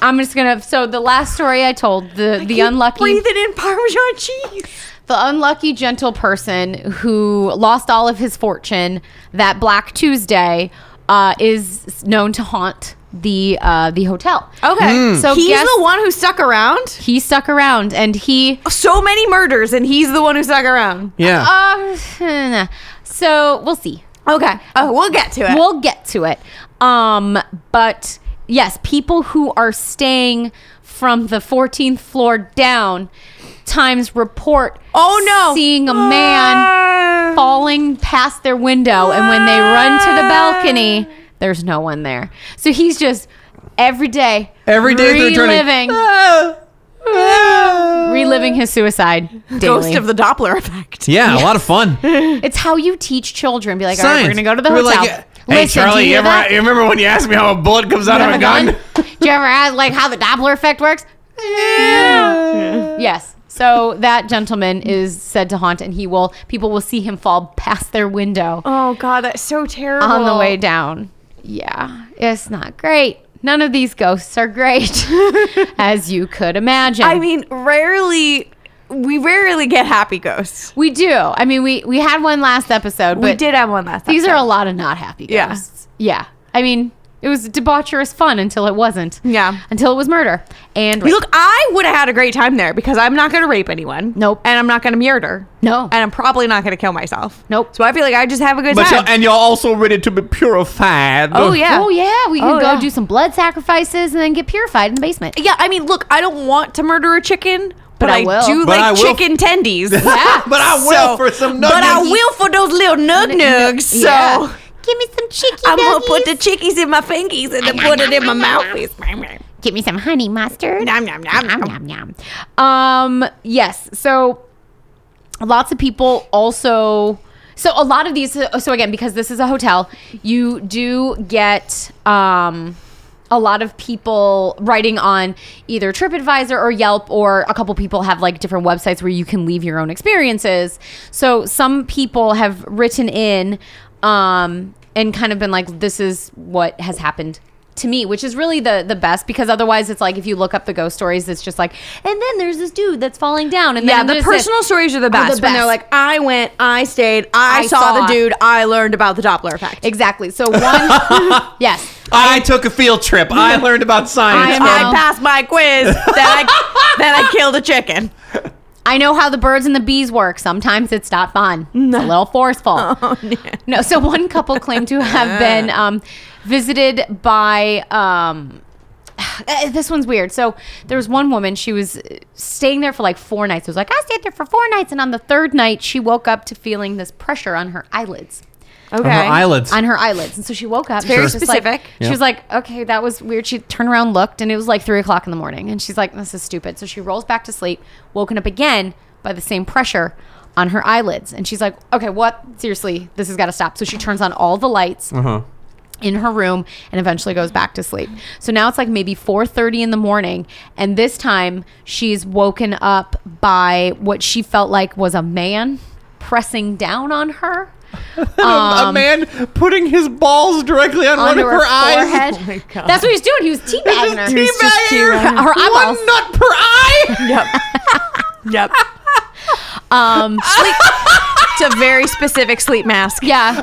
S2: I'm just gonna. So the last story I told the the unlucky
S3: Breathing in Parmesan cheese.
S2: the unlucky gentle person who lost all of his fortune that Black Tuesday uh, is known to haunt the uh, the hotel.
S3: Okay.
S2: So
S3: he's
S2: guess-
S3: the one who stuck around.
S2: He stuck around and he
S3: So many murders, and he's the one who stuck around.
S4: Yeah.
S2: Uh, nah. so we'll see.
S3: Okay. Oh, we'll get to it.
S2: We'll get to it. Um, but yes, people who are staying from the 14th floor down times report.
S3: Oh, no. Ah.
S2: Seeing a man falling past their window, and when they run to the balcony, there's no one there. So he's just every day,
S4: Every day they're Ah! turning-
S2: reliving,
S3: Ah.
S4: Ah!
S2: reliving his suicide. Daily.
S3: Ghost of the Doppler effect.
S4: yeah, a lot of fun.
S2: It's how you teach children. Be like, all right,
S4: Science.
S2: we're gonna go to the
S4: We're
S2: hotel.
S4: like, hey,
S2: do
S4: Charlie, you,
S2: hear
S4: ever,
S2: that?
S4: you remember when you asked me how a bullet comes out of a gun?
S2: Do you ever ask like how the Doppler effect works? Yes. So that gentleman is said to haunt, and he will. People will see him fall past their window
S3: Oh God, that's so terrible.
S2: on
S4: Oh.
S2: the way down. Yeah, it's not great. None of these ghosts are great, as you could imagine.
S3: I mean, rarely we rarely get happy ghosts.
S2: we do. I mean, we we had one last episode, but
S3: we did have one last.
S2: these are
S3: episode.
S2: a lot of not happy
S3: Yeah.
S2: ghosts. Yeah. I mean, it was debaucherous fun until it wasn't.
S3: Yeah.
S2: Until it was murder. And
S3: You Look, I would have had a great time there because I'm not going to rape anyone.
S2: Nope.
S3: And I'm not going to murder.
S2: No.
S3: And I'm probably not going to kill myself.
S2: Nope.
S3: So I feel like I just have a good
S4: But
S3: time.
S4: you and you're also ready to be purified.
S3: oh yeah.
S2: Oh yeah, we can
S3: Oh,
S2: go
S3: yeah.
S2: do some blood sacrifices and then get purified in the basement.
S3: Yeah, I mean, look, I don't want to murder a chicken, but,
S2: But I
S3: I,
S2: will.
S3: do
S4: But
S3: like
S4: I will-
S3: chicken tendies.
S2: Yeah.
S4: but I
S3: So-
S4: will for some nuggets.
S3: But I will for those little nug nugs. So
S2: Yeah. give me some chicky.
S3: I'm going to put the
S2: nuggies.
S3: chickies in my fingies and then put it in my mouthpiece.
S2: give me some honey mustard.
S3: Nom, nom, nom,
S2: Nom,
S3: nom.
S2: nom, nom. Um, yes. So lots of people also so a lot of these so again because this is a hotel, you do get um a lot of people writing on either TripAdvisor or Yelp, or a couple people have like different websites where you can leave your own experiences. So some people have written in um, and kind of been like, this is what has happened to me, which is really the the best because otherwise it's like if you look up the ghost stories, it's just like, and then there's this dude that's falling down, and
S3: Yeah,
S2: then
S3: the
S2: there's
S3: personal
S2: this.
S3: stories are the best, when they're
S2: best.
S3: like, I went, I stayed, I,
S2: I
S3: saw,
S2: saw."
S3: the dude, I learned about the Doppler effect.
S2: Exactly. So one, yes,
S4: I took a field trip. I learned about science. Uh,
S2: I uh, know.
S3: I passed my quiz, then I, then I killed a chicken.
S2: I know how the birds and the bees work. Sometimes it's not fun. It's a little forceful. No, so one couple claimed to have been um, visited by. Um, eh, this one's weird. So there was one woman. She was eh, staying there for like four nights. It was like I stayed there for four nights, and on the third night, she woke up to feeling this pressure on her eyelids.
S3: Okay.
S4: On her eyelids.
S2: On her eyelids, and so she woke up.
S3: very
S2: she was just like-
S3: specific.
S2: she was like, "Okay, that was weird." She turned around, looked, and it was like three o'clock in the morning. And she's like, "This is stupid." So she rolls back to sleep, woken up again by the same pressure on her eyelids, and she's like, "Okay, what? Seriously, this has got to stop." So she turns on all the lights
S4: uh-huh.
S2: in her room and eventually goes back to sleep. So now it's like maybe 4:30 in the morning and this time she's woken up by what she felt like was a man pressing down on her.
S4: a man putting his balls directly on one
S2: Onto
S4: of her,
S2: her,
S4: eyes.
S2: forehead. That's what he was doing. He was teabagging her.
S4: Just teabagging her.
S2: teabagging her. Her eyeballs.
S4: One nut per eye.
S3: Yep. yep.
S2: Um,
S3: Sleep. It's a very specific sleep mask.
S2: yeah.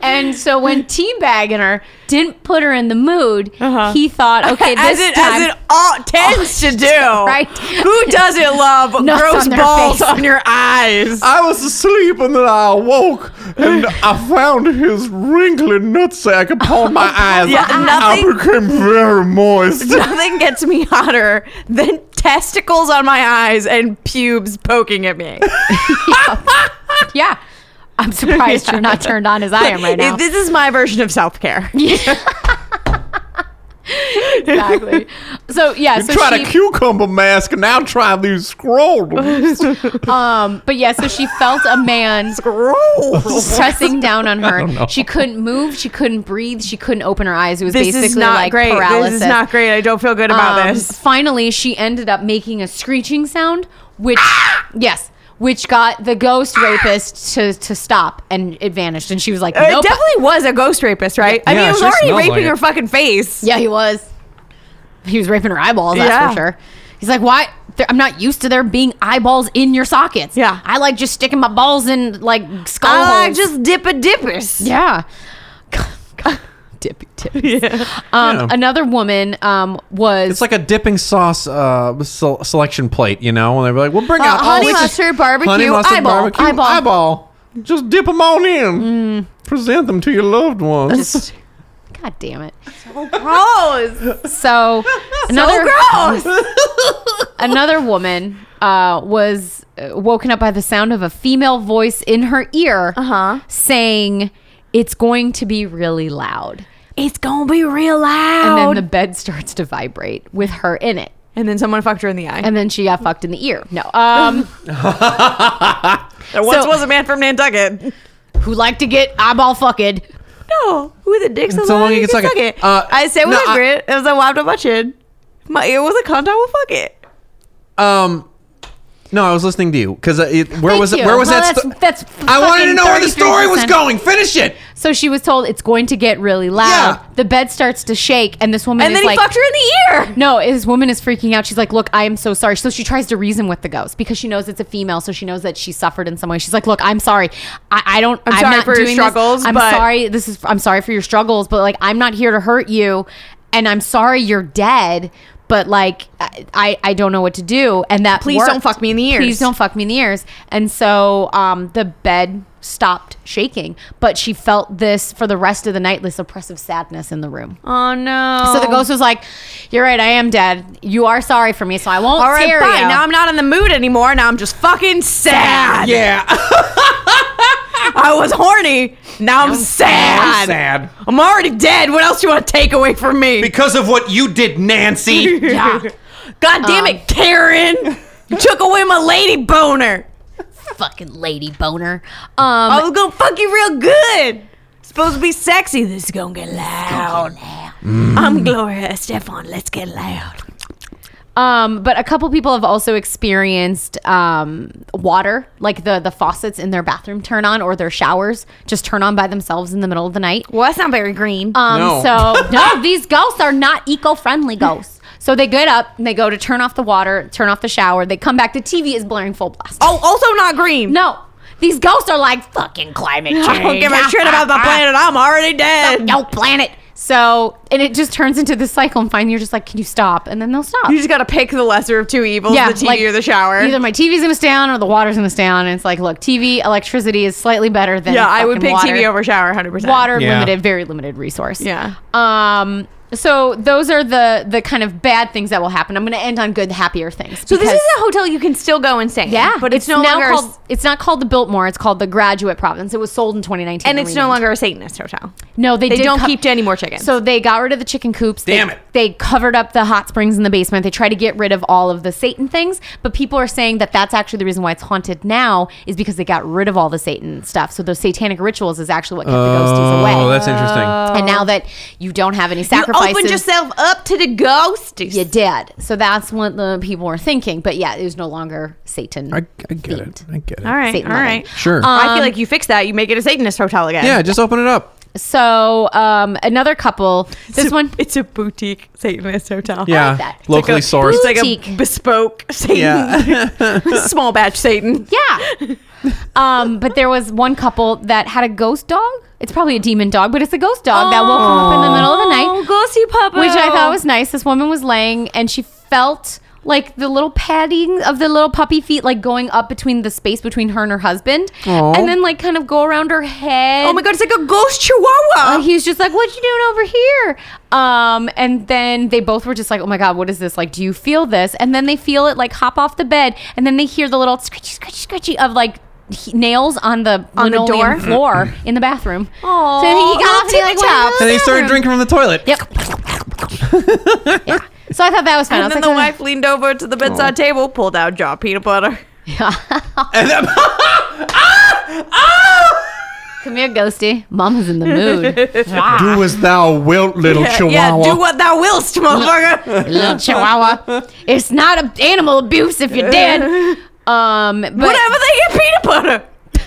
S2: and so when teabagging her didn't put her in the mood, he thought, okay, this
S3: As it,
S2: time,
S3: as it all tends to do.
S2: right.
S3: Who doesn't love
S2: Nuts
S3: gross
S2: on their
S3: balls
S2: face.
S3: Oh, on Oh, your eyes?
S1: I was asleep and then I awoke and I found his wrinkly nutsack upon my eyes.
S3: Yeah, nothing-
S1: I became very moist.
S3: Nothing gets me hotter than testicles on my eyes and pubes poking at me.
S2: yeah. I'm surprised you're not turned on as I am right now.
S3: This is my version of self care.
S2: exactly. So yeah, so
S1: Tried
S2: she,
S1: a cucumber mask and now try these scrolls.
S2: um, but yeah, so she felt a man pressing down on her. She couldn't move. She couldn't breathe. She couldn't open her eyes. It was
S3: This
S2: basically
S3: is not
S2: like
S3: great.
S2: paralysis.
S3: This is not great. I don't feel good about
S2: Um,
S3: this.
S2: Finally, she ended up making a screeching sound, which
S3: Ah!
S2: yes, which got the ghost rapist to to stop, and it vanished. And she was like,
S3: It
S2: nope.
S3: definitely was a ghost rapist, right? I
S4: Yeah,
S3: mean, it was
S4: sure
S3: already
S4: smells
S3: raping
S4: like it.
S3: her fucking face.
S2: Yeah, he was. He was raping her eyeballs. That's
S3: Yeah.
S2: for sure. He's like, why? There- I'm not used to there being eyeballs in your sockets.
S3: Yeah.
S2: I like just sticking my balls in like skull
S3: I like
S2: holes.
S3: just dip a dippers.
S2: yeah. Dippy tip.
S3: Yeah.
S2: Um,
S4: Yeah.
S2: Another woman um, was
S4: It's like a dipping sauce uh, sel- selection plate, you know? And they're like, "We'll bring out all
S3: honey
S4: these-
S3: mustard barbecue
S4: honey mustard
S3: eyeball,
S4: barbecue
S2: eyeball.
S4: eyeball.
S1: Just dip them on in. Present them to your loved ones.
S2: God damn it.
S3: Gross.
S2: So another
S3: so gross.
S2: another woman uh, was uh, woken up by the sound of a female voice in her ear
S3: Uh-huh.
S2: saying, "It's going to be really loud."
S3: It's gonna be real loud.
S2: and then the bed starts to vibrate with her in it
S3: and then someone fucked her in the eye.
S2: and then she got fucked in the ear no um
S3: there once
S2: so-
S3: was a man from Nantucket.
S2: who like to get eyeball fucked
S3: No, who the dicks
S4: so long you can suck it. Uh,
S3: I said
S4: no,
S3: with a
S4: I-
S3: grit. It was a wild watching. My ear was a cunt. I will fuck it.
S4: Um, no, I was listening to you because where was it?
S2: you.
S4: Where was
S2: Well,
S4: that?
S2: that's-
S4: sto-
S2: that's
S4: I wanted to
S2: fucking
S4: know where the story was
S2: 33%.
S4: going. Finish it.
S2: so she was told it's going to get really loud
S4: Yeah.
S2: the bed starts to shake and this woman
S3: And
S2: is
S3: then he
S2: like
S3: fucked her in the ear.
S2: no, this woman is freaking out. She's like, "Look, I am so sorry." So she tries to reason with the ghost because she knows it's a female, so she knows that she suffered in some way. She's like, "Look, I'm sorry. I, I don't. I'm,
S3: sorry
S2: not
S3: for
S2: doing
S3: your
S2: this.
S3: struggles,
S2: I'm
S3: but-
S2: sorry. This is. I'm sorry for your struggles, but like, I'm not here to hurt you, and I'm sorry you're dead." But like, I, I- I don't know what to do, and that
S3: Please
S2: worked.
S3: don't fuck me in the ears.
S2: Please don't fuck me in the ears. And so um, the bed stopped shaking, but she felt this for the rest of the night, this oppressive sadness in the room.
S3: Oh no.
S2: So the ghost was like, "You're right. I am dead. You are sorry for me, so I won't
S3: All right,
S2: scare
S3: fine.
S2: you."
S3: Now I'm not in the mood anymore. Now I'm just fucking sad.
S4: Yeah,
S3: I was horny. Now I'm, sad. I'm
S4: sad
S3: already dead. What else do you want to take away from me?
S4: because of what you did, Nancy.
S2: yeah,
S3: God damn
S2: Um.
S3: it, Karen! You took away my lady boner.
S2: fucking lady boner.
S3: I
S2: Um,
S3: was gonna fuck you real good. Supposed to be sexy. This is Mm. gonna get loud. I'm Gloria Estefan. Let's get loud.
S2: Um, but a couple people have also experienced um, water, like the the faucets in their bathroom turn on or their showers just turn on by themselves in the middle of the night.
S3: Well, that's not very green.
S2: Um,
S4: No.
S2: So no, these ghosts are not eco-friendly ghosts. So they get up and they go to turn off the water, turn off the shower. They come back. The TV is blaring full blast.
S3: oh, also not green.
S2: no, these ghosts are like fucking climate change.
S3: I don't give a shit about the planet. I'm already dead.
S2: No planet. So and it just turns into this cycle. And finally, you're just like, can you stop? And then they'll stop.
S3: You just got to pick the lesser of two evils, the TV
S2: like,
S3: or the shower.
S2: Either my TV's gonna stay on or the water's gonna stay on. And it's like, look, TV electricity is slightly better than
S3: yeah, I would
S2: fucking
S3: pick
S2: water.
S3: TV over shower 100%.
S2: water
S4: Yeah.
S2: limited, very limited resource.
S3: Yeah.
S2: Um. So those are the the kind of bad things that will happen. I'm gonna end on good, happier things.
S3: So this is a hotel you can still go and stay. in,
S2: yeah,
S3: but it's, no
S2: now
S3: longer,
S2: called, it's not called the Biltmore. It's called the Graduate Providence. It was sold in 2019
S3: and it's no
S2: renamed.
S3: longer a Satanist hotel.
S2: No, they,
S3: They
S2: did
S3: don't
S2: co-
S3: keep any more chickens.
S2: So they got rid of the chicken coops. They-
S4: Damn it.
S2: They covered up the hot springs in the basement. They tried to get rid of all of the Satan things, but people are saying that that's actually the reason why it's haunted now is because they got rid of all the Satan stuff. So those satanic rituals is actually what kept the ghosties away. Uh,
S4: Oh, that's interesting.
S2: and now that you don't have any
S3: you
S2: sacrifices,
S3: opened yourself up to the ghost.
S2: you're dead. So that's what the people were thinking. But yeah, it was no longer Satan.
S4: I, I get it. I get it.
S3: All right, Um,
S2: Satan
S3: all
S2: loving.
S3: right.
S4: Sure.
S3: I feel like you fix that. You make it a Satanist hotel again.
S4: Um, yeah, just open it up.
S2: So um, another couple. This
S3: It's a-
S2: one.
S3: It's a boutique Satanist hotel.
S4: Yeah,
S2: that. It's
S4: locally
S3: It's
S4: sourced.
S3: like a
S2: Boutique.
S3: bespoke Satan.
S4: yeah.
S3: Small batch Satan.
S2: Yeah. Um, but there was one couple that had a ghost dog. It's probably a demon dog, but it's a ghost dog that woke them up in the middle of the
S3: Oh,
S2: night,
S3: ghosty puppy.
S2: which I thought was nice. This woman was laying and she felt like the little padding of the little puppy feet like going up between the space between her and her husband
S4: Aw.
S2: and then like kind of go around her head
S3: Oh my god, it's like a ghost chihuahua.
S2: uh, he was just like, "What you doing over here?" Um, and then they both were just like, "Oh my god, what is this? Like, do you feel this?" And then they feel it like hop off the bed, and then they hear the little scratchy, scratchy, scratchy of like he- nails on the
S3: On the
S2: linoleum
S3: door? Mm-hmm.
S2: floor in the bathroom.
S3: Aw,
S2: so he
S3: little
S2: got off and he like
S3: teeny
S2: went
S3: tiny
S2: out.
S4: and they started drinking from the toilet.
S2: Yep. yeah. So I thought that was fun.
S3: and
S2: I
S3: then
S2: was
S3: the
S2: like,
S3: wife leaned over to the bedside
S4: Oh.
S3: table, pulled out a jar of peanut butter.
S4: And then,
S2: "Come here, Ghosty. Mama's in the mood.
S1: Do as thou wilt,
S4: Oh,
S1: little
S3: Yeah,
S1: chihuahua.
S3: yeah, do what thou willst, motherfucker.
S2: Little Chihuahua. It's not a, animal abuse if you're dead." Um, but,
S3: Whatever they get peanut butter.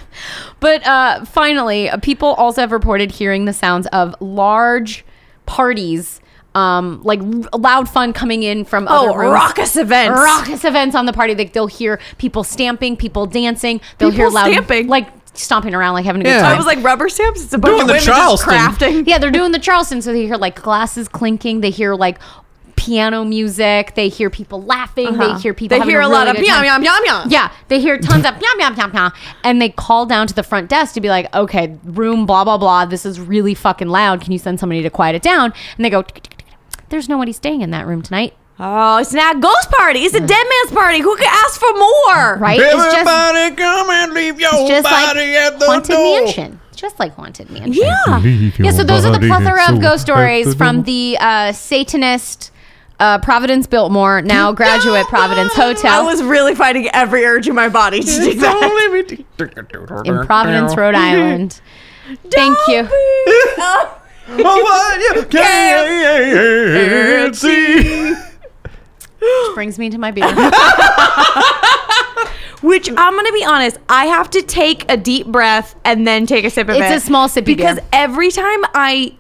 S2: But uh, finally, uh, people also have reported hearing the sounds of large parties, um, like r- loud fun coming in from
S3: Oh,
S2: other rooms.
S3: raucous events.
S2: Raucous events on the party. Like they'll hear people stamping, people dancing. They'll hear
S3: People
S2: loud,
S3: stamping?
S2: like stomping around, like having a
S4: Yeah.
S2: good
S3: I
S2: time.
S3: was like rubber stamps. It's a bunch
S4: Doing
S3: of
S4: the
S3: women
S4: Charleston.
S3: just crafting.
S2: yeah, they're doing the Charleston, so they hear like glasses clinking. They hear like piano music. They hear people laughing. They hear people.
S3: Uh-huh.
S2: having
S3: They hear a, lot
S2: really
S3: of
S2: good time.
S3: yum yum yum yum.
S2: Yeah, they hear tons of yum yum yum yum, and they call down to the front desk to be like, "Okay, room blah blah blah. This is really fucking loud. Can you send somebody to quiet it down?" And they go, "Tick, tick, tick, tick. "There's nobody staying in that room tonight,
S3: Oh, it's not a ghost party. It's a dead man's party. Who could ask for more?
S2: Mm. right?" it's just,
S4: Everybody come and leave your
S2: it's just like
S4: body at the
S2: haunted
S4: door.
S2: mansion. It's Just like haunted mansion.
S3: Yeah.
S2: Yeah, so those are the plethora of ghost stories from the uh, Satanist uh, Providence Biltmore, now graduate Providence Hotel.
S3: Oh, I was really fighting every urge in my body to do that.
S2: in Providence, Rhode Island. Thank you.
S4: Oh, what you can't see.
S2: Which brings me to my beer.
S3: Which I'm gonna be honest, I have to take a deep breath and then take a sip of
S2: It's
S3: it.
S2: a small sippy
S3: because
S2: beer.
S3: every time I,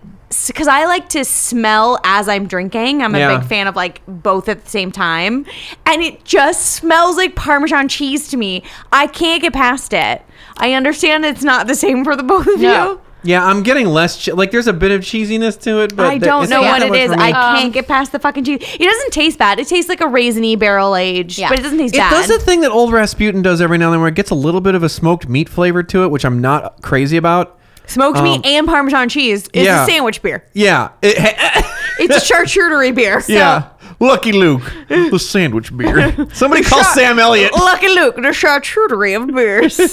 S3: because I like to smell as I'm drinking. I'm a
S4: Yeah.
S3: big fan of like both at the same time, and it just smells like Parmesan cheese to me. I can't get past it. I understand it's not the same for the both of
S2: No.
S3: you.
S4: Yeah, I'm getting less. Che- like, there's a bit of cheesiness to it, but
S3: I
S4: th-
S3: don't
S4: it's
S3: know what
S4: not that
S3: it
S4: much
S3: is.
S4: for me. Uh,
S3: I
S2: Um,
S3: can't get past the fucking cheese. It doesn't taste bad. It tastes like a raisiny barrel aged,
S2: Yeah.
S3: but it doesn't taste
S4: It
S3: bad.
S4: does a thing that old Rasputin does every now and then, where it gets a little bit of a smoked meat flavor to it, which I'm not crazy about.
S3: Smoked meat and Parmesan cheese is
S4: Um, yeah.
S3: a sandwich beer.
S4: Yeah, it-
S3: It's a charcuterie beer.
S4: yeah.
S1: Lucky Luke, the sandwich beer. Somebody call Sam Elliott.
S3: Lucky Luke, the charcuterie of beers.
S2: In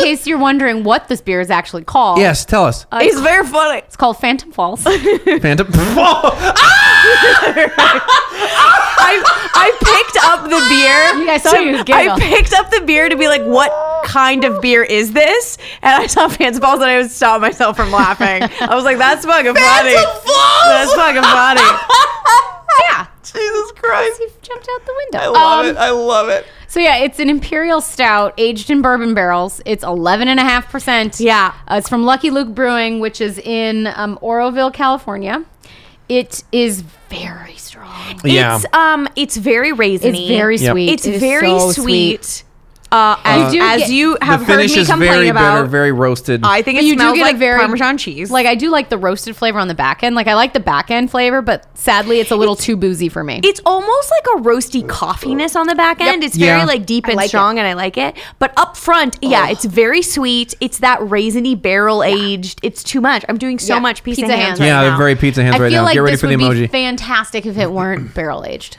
S2: case you're wondering what this beer is actually called,
S4: Yes, tell us.
S3: it's very funny.
S2: it's called Phantom Falls.
S4: Phantom.
S3: I I picked up the beer.
S2: You guys saw me
S3: to- I
S2: giggle.
S3: picked up the beer to be like, what kind of beer is this? And I saw Fans Balls and I was stopped myself from laughing. I was like, that's fucking funny. That's fucking funny.
S2: yeah,
S1: Jesus Christ.
S2: He jumped out the window.
S1: I love
S2: Um,
S1: it. I love it.
S2: So yeah, it's an imperial stout aged in bourbon barrels. It's 11.5%.
S3: Yeah.
S2: Uh, it's from Lucky Luke Brewing, which is in um, Oroville, California. It is very strong.
S4: yeah.
S3: It's um, it's very raisiny.
S2: It's very
S4: Yep.
S2: sweet.
S3: It's
S2: It is
S3: very
S2: so
S3: sweet. Uh, as,
S2: do
S3: as
S2: get-
S3: you have
S4: the
S3: heard
S4: finish
S3: me
S4: is
S3: complain
S4: very
S3: about,
S4: bitter, very roasted.
S3: I think
S2: But
S3: it
S2: you do
S3: smells
S2: get
S3: like
S2: a very
S3: Parmesan cheese.
S2: Like I do like the roasted flavor on the back end. Like I like the back end flavor, but sadly, it's a little too boozy for me.
S3: it's almost like a roasty coffiness on the back end. It's very
S4: Yeah.
S3: like deep and
S2: like
S3: strong, and I like it. But up front, yeah, it's very sweet. It's that raisiny barrel aged. It's too much. I'm doing so
S2: Yeah.
S3: much pizza,
S2: Pizza
S3: hands.
S2: hands.
S3: right
S4: yeah, they're
S3: now.
S4: very pizza hands
S2: I
S4: right
S2: feel
S4: now.
S2: like
S4: Get ready
S2: this
S4: for the
S2: would be
S4: emoji.
S2: fantastic if it weren't barrel aged.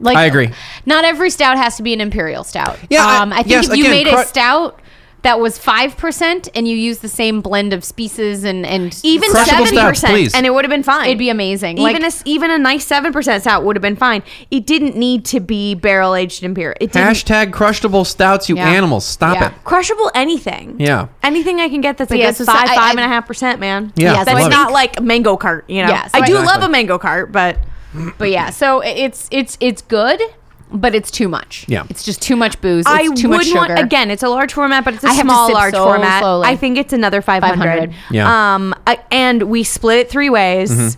S2: Like
S4: I agree.
S2: Not every stout has to be an imperial stout.
S4: Yeah, I-
S2: Um, I, think
S4: yes,
S2: if you
S4: again,
S2: made a
S4: cru-
S2: stout that was five percent and you used the same blend of species and and
S3: Even
S4: Crushable
S2: seven,
S3: seven
S4: stouts, please.
S3: percent, and it would have been fine.
S2: it'd be amazing.
S3: Even
S2: like,
S3: a s- even a nice seven percent stout would have been fine. It didn't need to be barrel aged imperial. It didn't
S4: Hashtag crushable stouts, you
S2: Yeah.
S4: animals. Stop
S2: Yeah.
S4: it.
S3: crushable anything.
S4: Yeah.
S3: anything I can get that's like
S2: yeah,
S3: a
S2: so- so
S3: five
S2: I-
S3: five and
S2: I-
S3: a half percent, man.
S4: Yeah,
S2: Yes,
S4: I
S3: that's
S4: love it.
S3: not like mango cart. You know,
S2: Yeah, so
S3: I do
S2: I-
S3: love
S4: Exactly.
S3: a mango cart, but
S2: but yeah. So i- it's it's it's good, but it's too much.
S4: Yeah.
S2: it's just too much booze. It's
S3: I
S2: too much
S3: would
S2: sugar.
S3: want again. It's a large format, but it's a
S2: I have to
S3: small
S2: sip
S3: large
S2: so
S3: format.
S2: slowly.
S3: I think it's another five
S2: 500.
S3: hundred.
S4: Yeah. Mm-hmm.
S3: Um, I- and we split it three ways.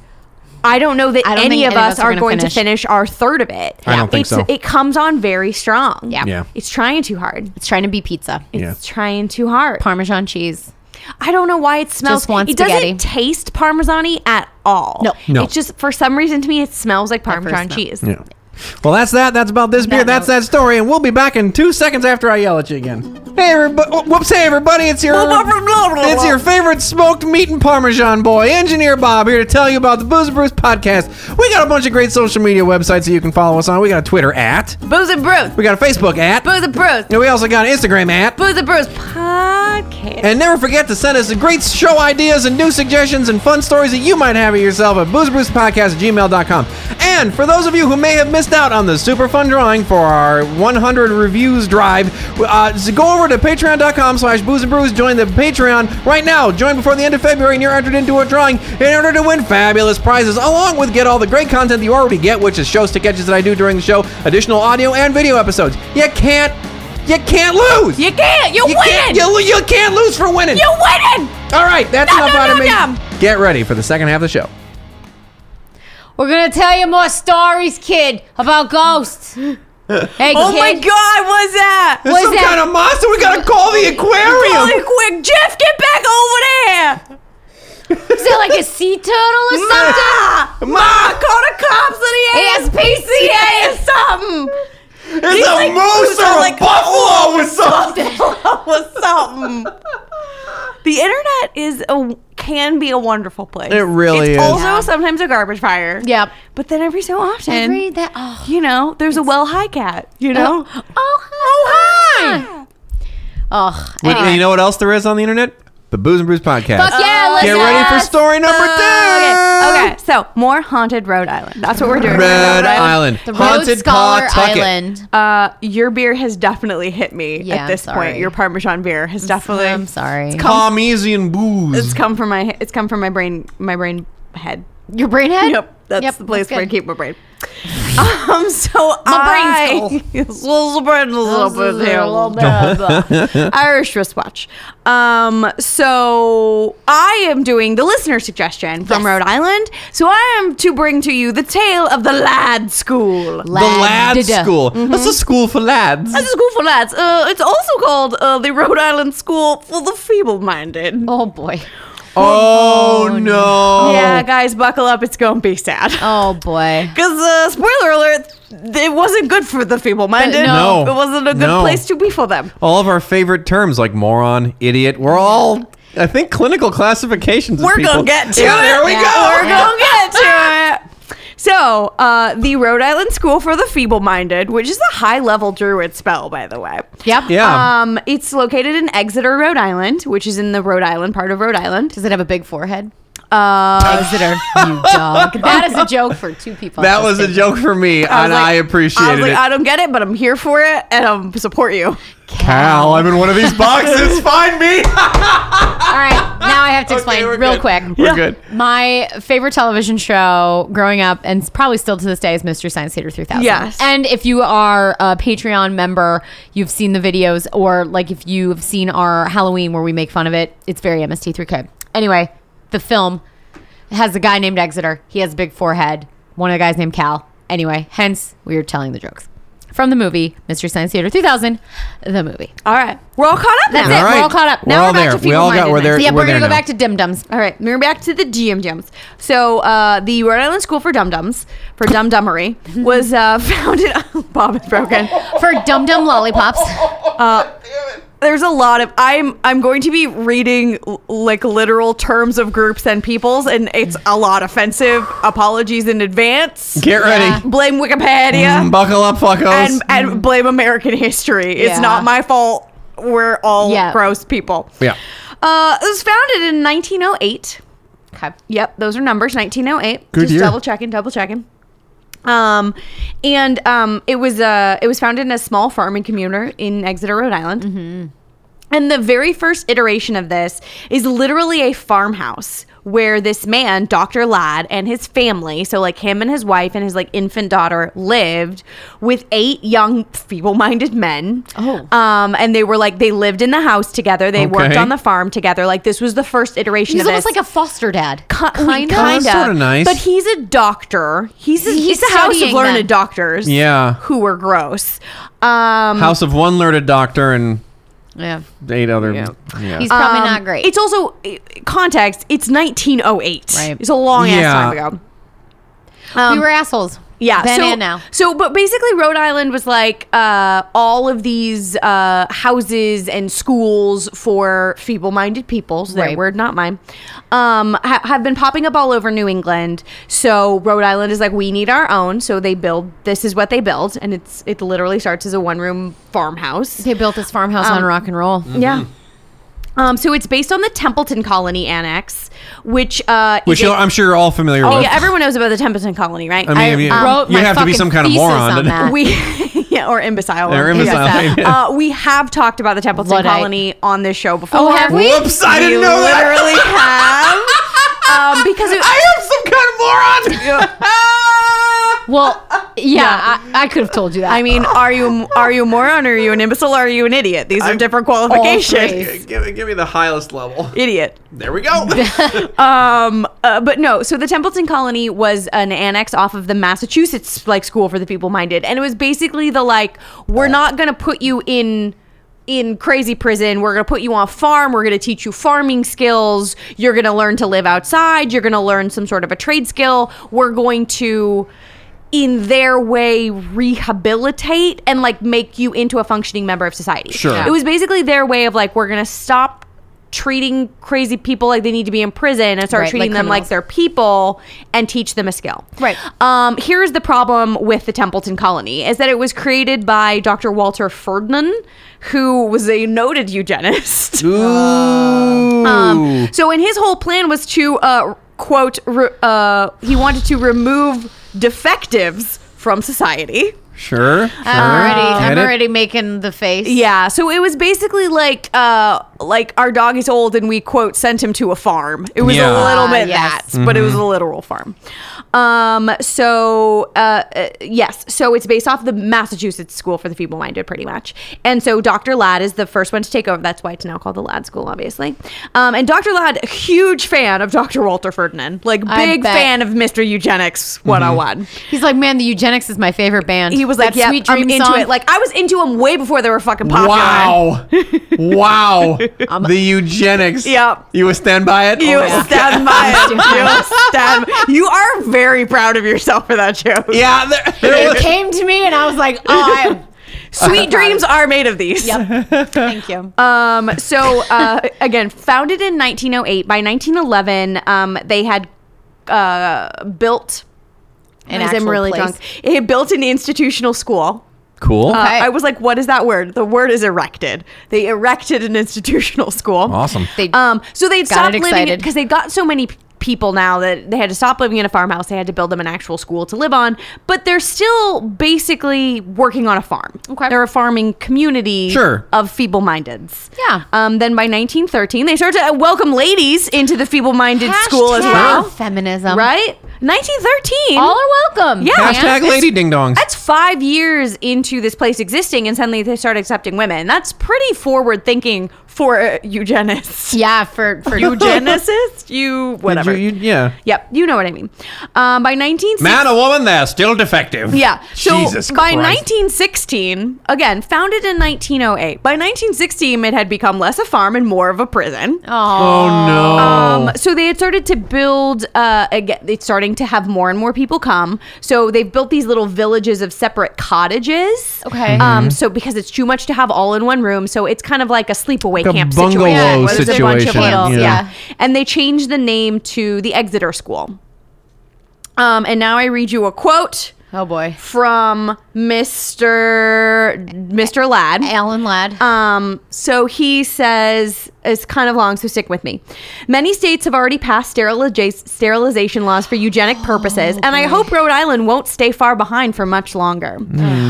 S3: I don't know that
S2: I don't
S3: any
S2: think
S3: of us are
S2: gonna
S3: going
S2: finish.
S3: to finish our third of it.
S4: I don't think
S3: it's,
S4: so.
S3: It comes on very strong.
S2: Yeah.
S4: Yeah.
S3: It's trying too hard.
S2: It's trying to be pizza.
S3: It's
S4: Yeah.
S3: trying too hard.
S2: Parmesan cheese.
S3: I don't know why it smells.
S2: Just want
S3: it
S2: spaghetti.
S3: doesn't taste parmesan-y at all.
S2: No.
S4: No.
S3: It's just for some reason to me it smells like parmesan
S2: smell.
S3: cheese.
S4: Yeah. Well, that's that. That's about this beer. That's that story. And we'll be back in two seconds after I yell at you again. Hey, everybody. Whoops. Hey, everybody. It's your, it's your favorite smoked meat and Parmesan boy, Engineer Bob, here to tell you about the Booze and Brews podcast. We got a bunch of great social media websites that you can follow us on. We got a Twitter at.
S3: Booze and Brews.
S4: We got a Facebook at.
S3: Booze and Brews.
S4: And we also got an Instagram at.
S3: Booze and Brews podcast.
S4: And never forget to send us great show ideas and new suggestions and fun stories that you might have yourself at boozebrucepodcast@gmail.com. And for those of you who may have missed out on the super fun drawing for our 100 reviews drive, uh, so go over to patreon.com slash boozebrews, join the Patreon right now. Join before the end of February and you're entered into a drawing in order to win fabulous prizes, along with get all the great content that you already get, which is shows to sketches that I do during the show, additional audio and video episodes. You can't, you can't lose!
S3: You can't. You,
S4: You
S3: win.
S4: can't, you, lo- you can't lose for winning.
S3: You winning.
S4: All right, that's
S3: Nom,
S4: enough
S3: nom,
S4: out of
S3: nom,
S4: me.
S3: nom.
S4: Get ready for the second half of the show.
S2: We're gonna tell you more stories, kid, about ghosts. Hey,
S3: Oh
S2: kid.
S3: my God! What's that?
S4: There's
S2: What
S4: some
S2: is that?
S4: kind of monster. We gotta call the
S3: Holy
S4: aquarium.
S3: quick, Jeff, get back over there!
S2: Is that like a sea turtle or something?
S3: Ma, Ma, call the cops of the ASPCA or something.
S4: It's a
S3: like-
S4: moose or
S3: they're
S4: a
S3: like- "Oh,
S4: buffalo or something.
S3: or something. The internet is a can be a wonderful place.
S4: It really
S3: It's
S4: is.
S3: Also,
S2: Yeah.
S3: sometimes a garbage fire.
S2: Yep.
S3: But then every so often,
S2: Every that. Oh.
S3: you know, there's a well high cat. You know.
S2: Oh, hi. Oh,
S4: Wait, and you know what else there is on the internet? The Booze and Brews podcast.
S2: Fuck yeah, let's
S4: Get ready for story number two.
S3: Okay.
S2: Uh,
S3: Okay. So more haunted Rhode Island. That's what we're doing.
S4: Red Island,
S2: The Rhodes
S4: haunted
S2: Scholar
S4: Pawtucket.
S2: Island.
S3: Uh, your beer has definitely hit me
S2: Yeah,
S3: at
S2: I'm
S3: this point.
S2: sorry.
S3: Your Parmesan beer has definitely.
S2: I'm sorry.
S3: It's come,
S4: Palmesian booze.
S3: it's come from my. It's come from my brain. My brain head.
S2: Your brain head?
S3: Yep, that's the place where I
S2: good.
S3: keep my brain. Um, so my I, brain's little brain, a little bit here, a little bit. Irish wristwatch. Um, so I am doing the listener suggestion from
S2: Yes.
S3: Rhode Island. So I am to bring to you the tale of the lad school.
S4: the lad Mm-hmm.
S2: Lad.
S4: school. That's a school for lads.
S3: That's a school for lads. Uh, it's also called uh, the Rhode Island School for the Feeble-Minded.
S2: Oh boy.
S4: Oh, no.
S3: Yeah, guys, buckle up. It's gonna be sad.
S2: Oh boy.
S3: Because uh, spoiler alert, it wasn't good for the feeble-minded.
S2: Uh, no.
S4: No.
S3: it wasn't a good
S4: No.
S3: place to be for them.
S4: all of our favorite terms like moron, idiot. We're all, I think, clinical classifications. of
S3: We're
S4: people.
S3: gonna get to
S4: yeah,
S3: it.
S4: There we
S2: Yeah.
S4: go.
S3: We're gonna get to it. So, uh, the Rhode Island School for the Feeble-Minded, which is a high-level Druid spell, by the way.
S2: Yep.
S4: Yeah.
S3: Um, it's located in Exeter, Rhode Island, which is in the Rhode Island part of Rhode Island.
S2: Does it have a big forehead? Uh, visitor, you dog. That is a joke for two people.
S4: That was a joke for me, and
S3: was like-
S4: I
S3: I
S4: appreciated
S3: was like,
S4: it.
S3: I don't get it, but I'm here for it, and I'm support you.
S4: Cal, I'm in one of these boxes. Find me.
S2: All right, now I have to explain
S4: Okay, we're
S2: real
S4: good.
S2: quick.
S4: We're good.
S2: My favorite television show growing up, and probably still to this day, is Mystery Science Theater 3000.
S3: Yes.
S2: And if you are a Patreon member, you've seen the videos, or like if you've seen our Halloween where we make fun of it, it's very MST3K. Anyway, the film has a guy named Exeter. He has a big forehead. One of the guys named Cal. Anyway, hence we are telling the jokes from the movie Mystery Science Theater 3000, the movie.
S3: All right, we're all caught up
S2: That's
S3: now.
S2: it. We're all caught up. Now
S4: We're
S2: we're
S4: all
S2: back
S4: there.
S2: to
S4: We all got. We're there.
S2: So yeah,
S4: we're
S2: we're, gonna
S4: there
S2: go
S4: now.
S2: back to Dim Dums.
S3: All right, we're back to the GM Jams. So uh, the Rhode Island School for Dum Dums for Dum Dummery was uh, founded. Bob is broken.
S2: for Dum Dum Lollipops.
S3: There's a lot of I'm I'm going to be reading l- like literal terms of groups and peoples, and it's a lot offensive. Apologies in advance.
S4: Get ready.
S2: Yeah.
S3: Blame Wikipedia
S4: Mm, Buckle up, fuckos.
S3: and um, and blame American history. It's
S2: Mm. Yeah.
S3: not my fault. We're all
S2: Yeah.
S3: gross people.
S4: yeah.
S3: Uh, it was founded in 1908.
S2: Okay.
S3: Yep, those are numbers. 1908.
S4: Good
S3: Just
S4: year.
S3: double checking, double checking. Um, and um, it was uh, it was founded in a small farming community in Exeter, Rhode Island.
S2: Mm-hmm.
S3: And the very first iteration of this is literally a farmhouse where this man, Dr. Ladd, and his family, so like him and his wife and his like infant daughter, lived with eight young feeble minded men.
S2: Oh.
S3: Um, and they were like, they lived in the house together. They worked
S4: Okay.
S3: on the farm together. Like, this was the first iteration
S2: He's
S3: of
S2: almost
S3: this
S2: like a foster dad.
S3: kind,
S2: of.
S3: kind of,
S4: sorta nice.
S3: But he's a doctor. He's a,
S2: He's
S3: he's, a house of
S2: studying
S3: learned
S2: them.
S3: doctors.
S4: Yeah.
S3: who were gross. Um,
S4: House of one learned doctor and
S2: Yeah.
S4: eight other.
S2: Yeah.
S4: Yeah.
S2: He's probably
S3: um,
S2: not great.
S3: It's also eh, context. It's 1908.
S2: Right.
S3: It's a long ass
S4: Yeah.
S3: time ago.
S2: we were assholes.
S3: Yeah.
S2: Then
S3: so,
S2: and now.
S3: So, but basically, Rhode Island was like uh, all of these uh, houses and schools for feeble-minded people. So
S2: Right.
S3: Their word, not mine. Um, ha- have been popping up all over New England. So Rhode Island is like, we need our own. So they build. This is what they build, and it's it literally starts as a one-room farmhouse.
S2: They built this farmhouse on
S3: Um,
S2: rock and roll.
S3: Yeah. Um, so it's based on the Templeton Colony Annex, which uh,
S4: Which
S3: is
S4: you
S3: a-
S4: I'm sure you're all familiar
S3: oh
S4: with.
S3: yeah, everyone knows about the Templeton Colony, right?
S4: I mean, if you,
S2: I wrote
S4: you
S2: my
S4: have to be
S2: fucking
S4: some kind of
S2: thesis
S4: moron.
S2: on
S4: to-
S2: that.
S3: we yeah, or imbecile.
S4: Or
S3: one.
S4: imbecile,
S3: Yes, that.
S4: yeah.
S3: Uh, we have talked about the Templeton
S2: Luddite.
S3: Colony on this show before.
S2: Oh, have we?
S4: Whoops! I
S3: We
S4: didn't know that.
S3: literally have. Um, because it,
S4: I am some kind of moron.
S2: Well, yeah, I, I could have told you that.
S3: I mean, are you are you a moron or are you an imbecile or are you an idiot? These are
S4: I'm-
S3: different
S2: three.
S3: qualifications.
S4: give, me- give me the highest level.
S3: Idiot.
S4: There we go.
S3: Um, uh, but no. So the Templeton Colony was an annex off of the Massachusetts like school for the people minded, and it was basically the like we're not gonna put you in in crazy prison. We're gonna put you on a farm. We're gonna teach you farming skills. You're gonna learn to live outside. You're gonna learn some sort of a trade skill. We're going to in their way rehabilitate and like make you into a functioning member of society.
S4: Sure.
S3: It was basically their way of like we're going to stop treating crazy people like they need to be in prison and start
S2: Right,
S3: treating
S2: like
S3: them like
S2: criminals.
S3: they're people and teach them a skill.
S2: Right.
S3: Um, here's the problem with the Templeton Colony is that it was created by Dr. Walter Ferdinand, who was a noted eugenist.
S4: Ooh.
S3: Um, so, and his whole plan was to uh, quote, re- uh, he wanted to remove defectives from society.
S4: sure. sure.
S2: I'm already, I'm
S4: Get it?
S2: already making the face.
S3: Yeah, so it was basically like uh like our dog is old and we quote sent him to a farm. It was
S4: Yeah. Mm-hmm.
S3: a little
S2: Ah,
S3: bit
S2: yes.
S3: that, but it was a literal farm. Um so uh, uh yes, so it's based off the Massachusetts School for the Feeble Minded pretty much. And so Dr. Ladd is the first one to take over. That's why it's now called the Ladd School obviously. Um and Dr. Ladd huge fan of Dr. Walter Ferdinand. Like
S2: I
S3: big
S2: bet.
S3: fan of Mr. Eugenics 101
S4: Mm-hmm.
S2: He's like, man, the eugenics is my favorite band.
S3: he was like,
S2: That
S3: "Yeah,
S2: Sweet
S3: I'm
S2: Dream
S3: into
S2: song,
S3: it." Like I was into him way before they were fucking popular.
S4: Wow. wow. the eugenics.
S3: Yep.
S4: You would stand by it? Oh,
S3: You
S2: yeah.
S3: stand by it. You stand. You are very proud of yourself for that show.
S4: Yeah. There, there
S2: it
S4: was,
S2: came to me, and I was like, oh, I am.
S3: Sweet dreams are made of these.
S2: Thank you.
S3: Um. So uh, again, founded in 1908. By 1911, um, they had uh built.
S2: An
S3: Guys, I'm
S2: actual
S3: really
S2: place.
S3: drunk. It had built an institutional school.
S4: cool.
S3: Uh,
S2: Okay.
S3: I was like, "What is that word?" The word is erected. They erected an institutional school.
S4: awesome.
S2: They-
S3: Um, so they'd
S2: Got
S3: stopped
S2: it
S3: living
S2: excited.
S3: because they got so many p- people now that they had to stop living in a farmhouse. They had to build them an actual school to live on, but they're still basically working on a farm.
S2: Okay.
S3: They're a farming community
S4: Sure.
S3: of feeble-minded's.
S2: Yeah.
S3: Um, then by 1913, they started to uh, welcome ladies into the feeble-minded school as
S2: Hashtag
S3: well.
S2: Feminism.
S3: Right? 1913.
S2: All are welcome.
S3: Yeah.
S2: man.
S4: Hashtag lady ding dongs.
S3: That's five years into this place existing, and suddenly they start accepting women. That's pretty forward thinking for a eugenist.
S2: Yeah, for for
S3: Eugenicist? You, whatever.
S4: You, you, yeah.
S3: yep, you know what I mean. Um, by 1960.
S4: Man or woman, they're still defective.
S3: Yeah. So
S4: Jesus
S3: by
S4: Christ.
S3: 1916, again, founded in 1908, by 1916, it had become less a farm and more of a prison.
S4: Oh no.
S3: Um, so they had started to build. Uh, again, it's starting to have more and more people come. So they've built these little villages of separate cottages.
S2: Okay.
S4: Mm-hmm.
S3: Um, so because it's too much to have all in one room, so it's kind of like a sleepaway
S4: Like a
S3: camp
S4: bungalow
S3: situation. where there's a bunch of
S4: situation,
S3: little-
S2: you know.
S3: yeah. And they changed the name to the Exeter School. Um, and now I read you a quote
S2: Oh boy.
S3: from Mr. Mr. Ladd.
S2: Alan Ladd.
S3: Um, so he says, it's kind of long, so stick with me. Many states have already passed steriliza- sterilization laws for eugenic purposes, and I hope Rhode Island won't stay far behind for much longer.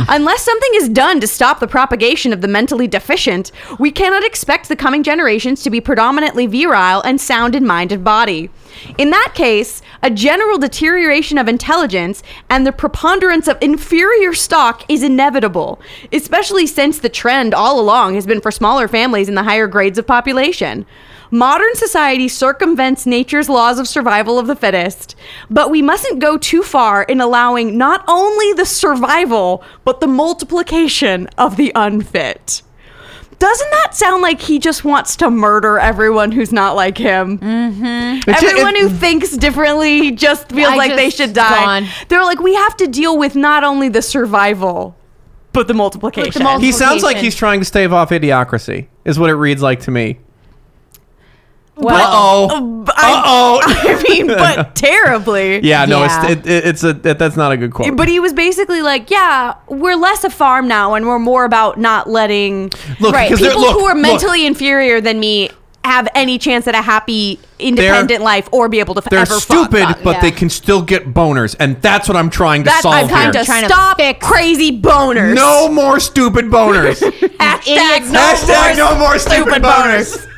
S3: Unless something is done to stop the propagation of the mentally deficient, we cannot expect the coming generations to be predominantly virile and sound in mind and body. In that case, a general deterioration of intelligence and the preponderance of inferior stock is inevitable, especially since the trend all along has been for smaller families in the higher grades of population. Modern society circumvents nature's laws of survival of the fittest, but we mustn't go too far in allowing not only the survival, but the multiplication of the unfit. Doesn't that sound like he just wants to murder everyone who's not like him?
S4: It's- it-
S3: Everyone who thinks differently just feels
S2: I
S3: like they
S2: just-
S3: should die.
S2: gone.
S3: They're like, we have to deal with not only the survival, but the multiplication.
S2: mul-
S4: he sounds like
S2: Location.
S4: he's trying to stave off idiocracy. Is what it reads like to me.
S2: well,
S4: oh. Uh oh.
S3: I mean, but terribly.
S4: Yeah. No.
S2: Yeah.
S4: It's it, it, it's a it, that's not a good quote.
S3: But he was basically like, yeah, we're less a farm now, and we're more about not letting
S4: Look,
S2: Right,
S4: because they're-
S3: people
S4: look,
S3: who are
S4: look.
S3: mentally inferior than me have any chance at a happy, independent life or be able to
S4: They're
S3: ever fuck.
S4: stupid,
S2: fuck,
S4: but
S2: yeah.
S4: they can still get boners, and that's what I'm trying to
S3: That's
S4: solve
S3: I'm trying
S4: here.
S3: to
S2: Trying to
S3: stop
S2: fix-
S3: crazy boners.
S4: no more stupid boners.
S3: Hashtag no more
S4: Hashtag no more stupid
S3: stupid
S4: boners.
S3: boners.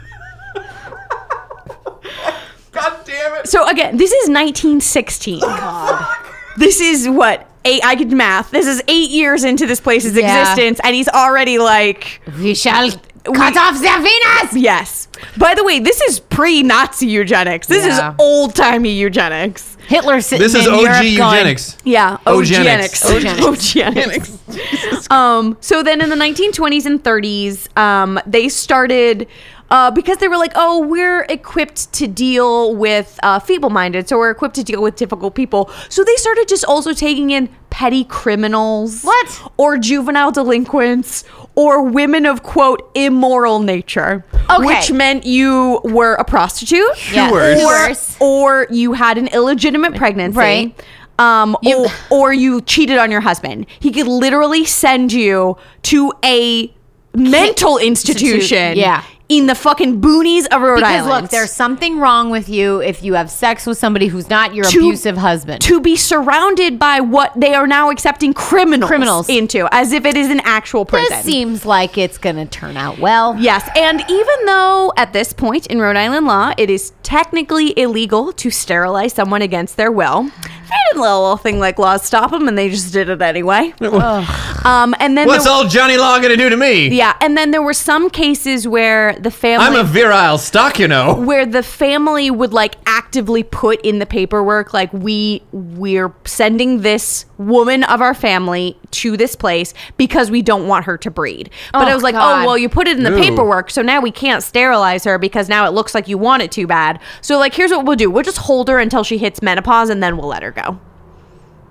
S4: God damn it.
S3: So again, this is 1916.
S2: Uh-huh.
S3: Uh, This is what eight. I could math. This is eight years into this place's
S2: Yeah.
S3: existence, and he's already like,
S2: we shall cut off their venus.
S3: yes. By the way, this is pre-Nazi eugenics. This
S2: Yeah.
S3: is old-timey eugenics.
S2: Hitler sitting
S4: This is
S2: in
S4: OG
S2: Europe going,
S4: eugenics.
S3: Yeah,
S4: Eugenics.
S3: eugenics.
S2: Eugenics.
S3: Eugenics. um, so then in the 1920s and 30s, um, they started uh, because they were like, oh, we're equipped to deal with uh, feeble minded, so we're equipped to deal with difficult people. So they started just also taking in petty criminals.
S2: What?
S3: Or juvenile delinquents. Or women of quote immoral nature,
S2: Okay.
S3: which meant you were a prostitute,
S2: Yeah.
S4: Worse.
S3: or,
S2: Worse.
S3: or you had an illegitimate pregnancy,
S2: Right.
S3: Um,
S2: You-
S3: or, or you cheated on your husband. He could literally send you to a mental institution,
S2: yeah.
S3: in the fucking boonies of Rhode
S2: Because
S3: Island.
S2: look, there's something wrong with you if you have sex with somebody who's not your
S3: To-
S2: abusive husband.
S3: to be surrounded by what they are now accepting criminals,
S2: Criminals.
S3: into, as if it is an actual prison.
S2: this seems like it's going to turn out well.
S3: Yes, and even though at this point in Rhode Island law, it is technically illegal to sterilize someone against their will, they didn't let a little thing like laws stop them, and they just did it anyway. Um, and then
S4: What's
S3: there-
S4: old Johnny Law gonna do to me?
S3: yeah, and then there were some cases where the family
S4: I'm a virile stock, you know.
S3: where the family would like actively put in the paperwork like we we're sending this woman of our family to this place because we don't want her to breed but
S2: Oh,
S3: i was like
S2: God.
S3: oh well you put it in the
S4: Ew.
S3: paperwork so now we can't sterilize her because now it looks like you want it too bad so like here's what we'll do we'll just hold her until she hits menopause and then we'll let her go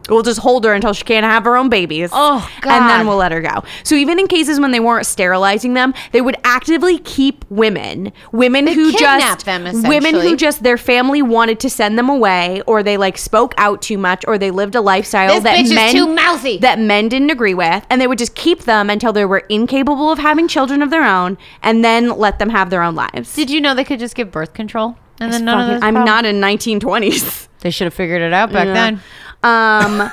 S3: We'll just hold her until she can't have her own babies.
S2: Oh,
S3: And then
S2: God.
S3: we'll let her go. So even in cases when they weren't sterilizing them, they would actively keep women, women who
S2: kidnap
S3: just
S2: them,
S3: women
S2: essentially.
S3: who just their family wanted to send them away, or they like spoke out too much, or they lived a lifestyle
S2: This
S3: that
S2: bitch is
S3: men
S2: too mouthy.
S3: that men didn't agree with, and they would just keep them until they were incapable of having children of their own, and then let them have their own lives.
S2: Did you know they could just give birth control? And
S3: It's
S2: then none of
S3: fucking-
S2: those
S3: I'm
S2: problems.
S3: not in 1920s.
S2: They should have figured it out back
S3: Yeah.
S2: then.
S3: Um,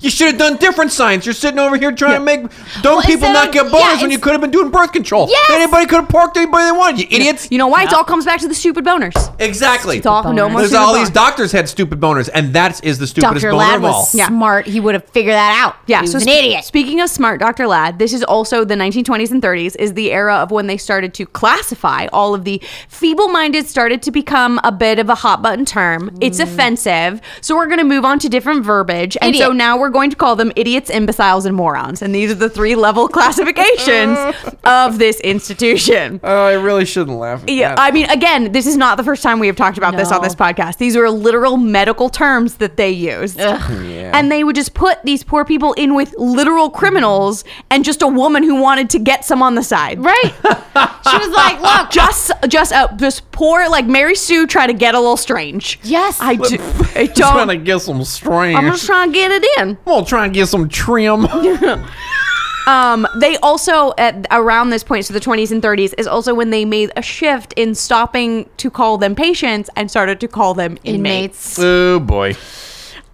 S4: you should have done different science. You're sitting over here trying to make dumb
S2: Well,
S4: people
S2: instead
S4: not
S2: of-
S4: get
S2: yeah,
S4: bonus when
S2: it's-
S4: you could have been doing birth control.
S2: Yes!
S4: Anybody could have parked anybody they wanted. You idiots.
S3: you know why? It all comes back to the stupid boners.
S4: exactly.
S3: It's all no
S2: boners.
S3: more.
S4: There's
S3: stupid
S4: all these
S3: boners.
S4: doctors had stupid boners, and that is the stupidest
S2: Dr.
S4: boner
S2: Ladd
S4: of all.
S2: was
S3: Yeah.
S2: smart. He would have figured that out.
S3: Yeah,
S2: he was
S3: so
S2: an
S3: spe-
S2: idiot.
S3: Speaking of smart, Dr. Ladd, this is also the 1920s and 30s is the era of when they started to classify all of the feeble-minded started to become a bit of a hot button term. It's
S2: Mm.
S3: offensive, so we're going to move on to different verbiage, and so
S2: Idiot.
S3: now we're going to call them idiots, imbeciles, and morons, and these are the three level classifications of this institution.
S4: Oh, I really shouldn't laugh. At
S3: Yeah, I mean, again, this is not the first time we have talked about this on
S2: No.
S3: this podcast. These are literal medical terms that they used,
S4: Yeah.
S3: and they would just put these poor people in with literal criminals and just a woman who wanted to get some on the side.
S2: Right? she was like, look,
S3: Just, just, uh, just poor like Mary Sue try to get a little strange.
S2: Yes.
S3: I do. I
S4: trying to
S3: don't.
S4: get some strange.
S3: I'm just trying to get it in.
S4: I'm gonna try and get some trim.
S3: Um, they also at around this point, so the 20s and 30s, is also when they made a shift in stopping to call them patients and started to call them
S2: inmates.
S3: inmates.
S4: oh boy,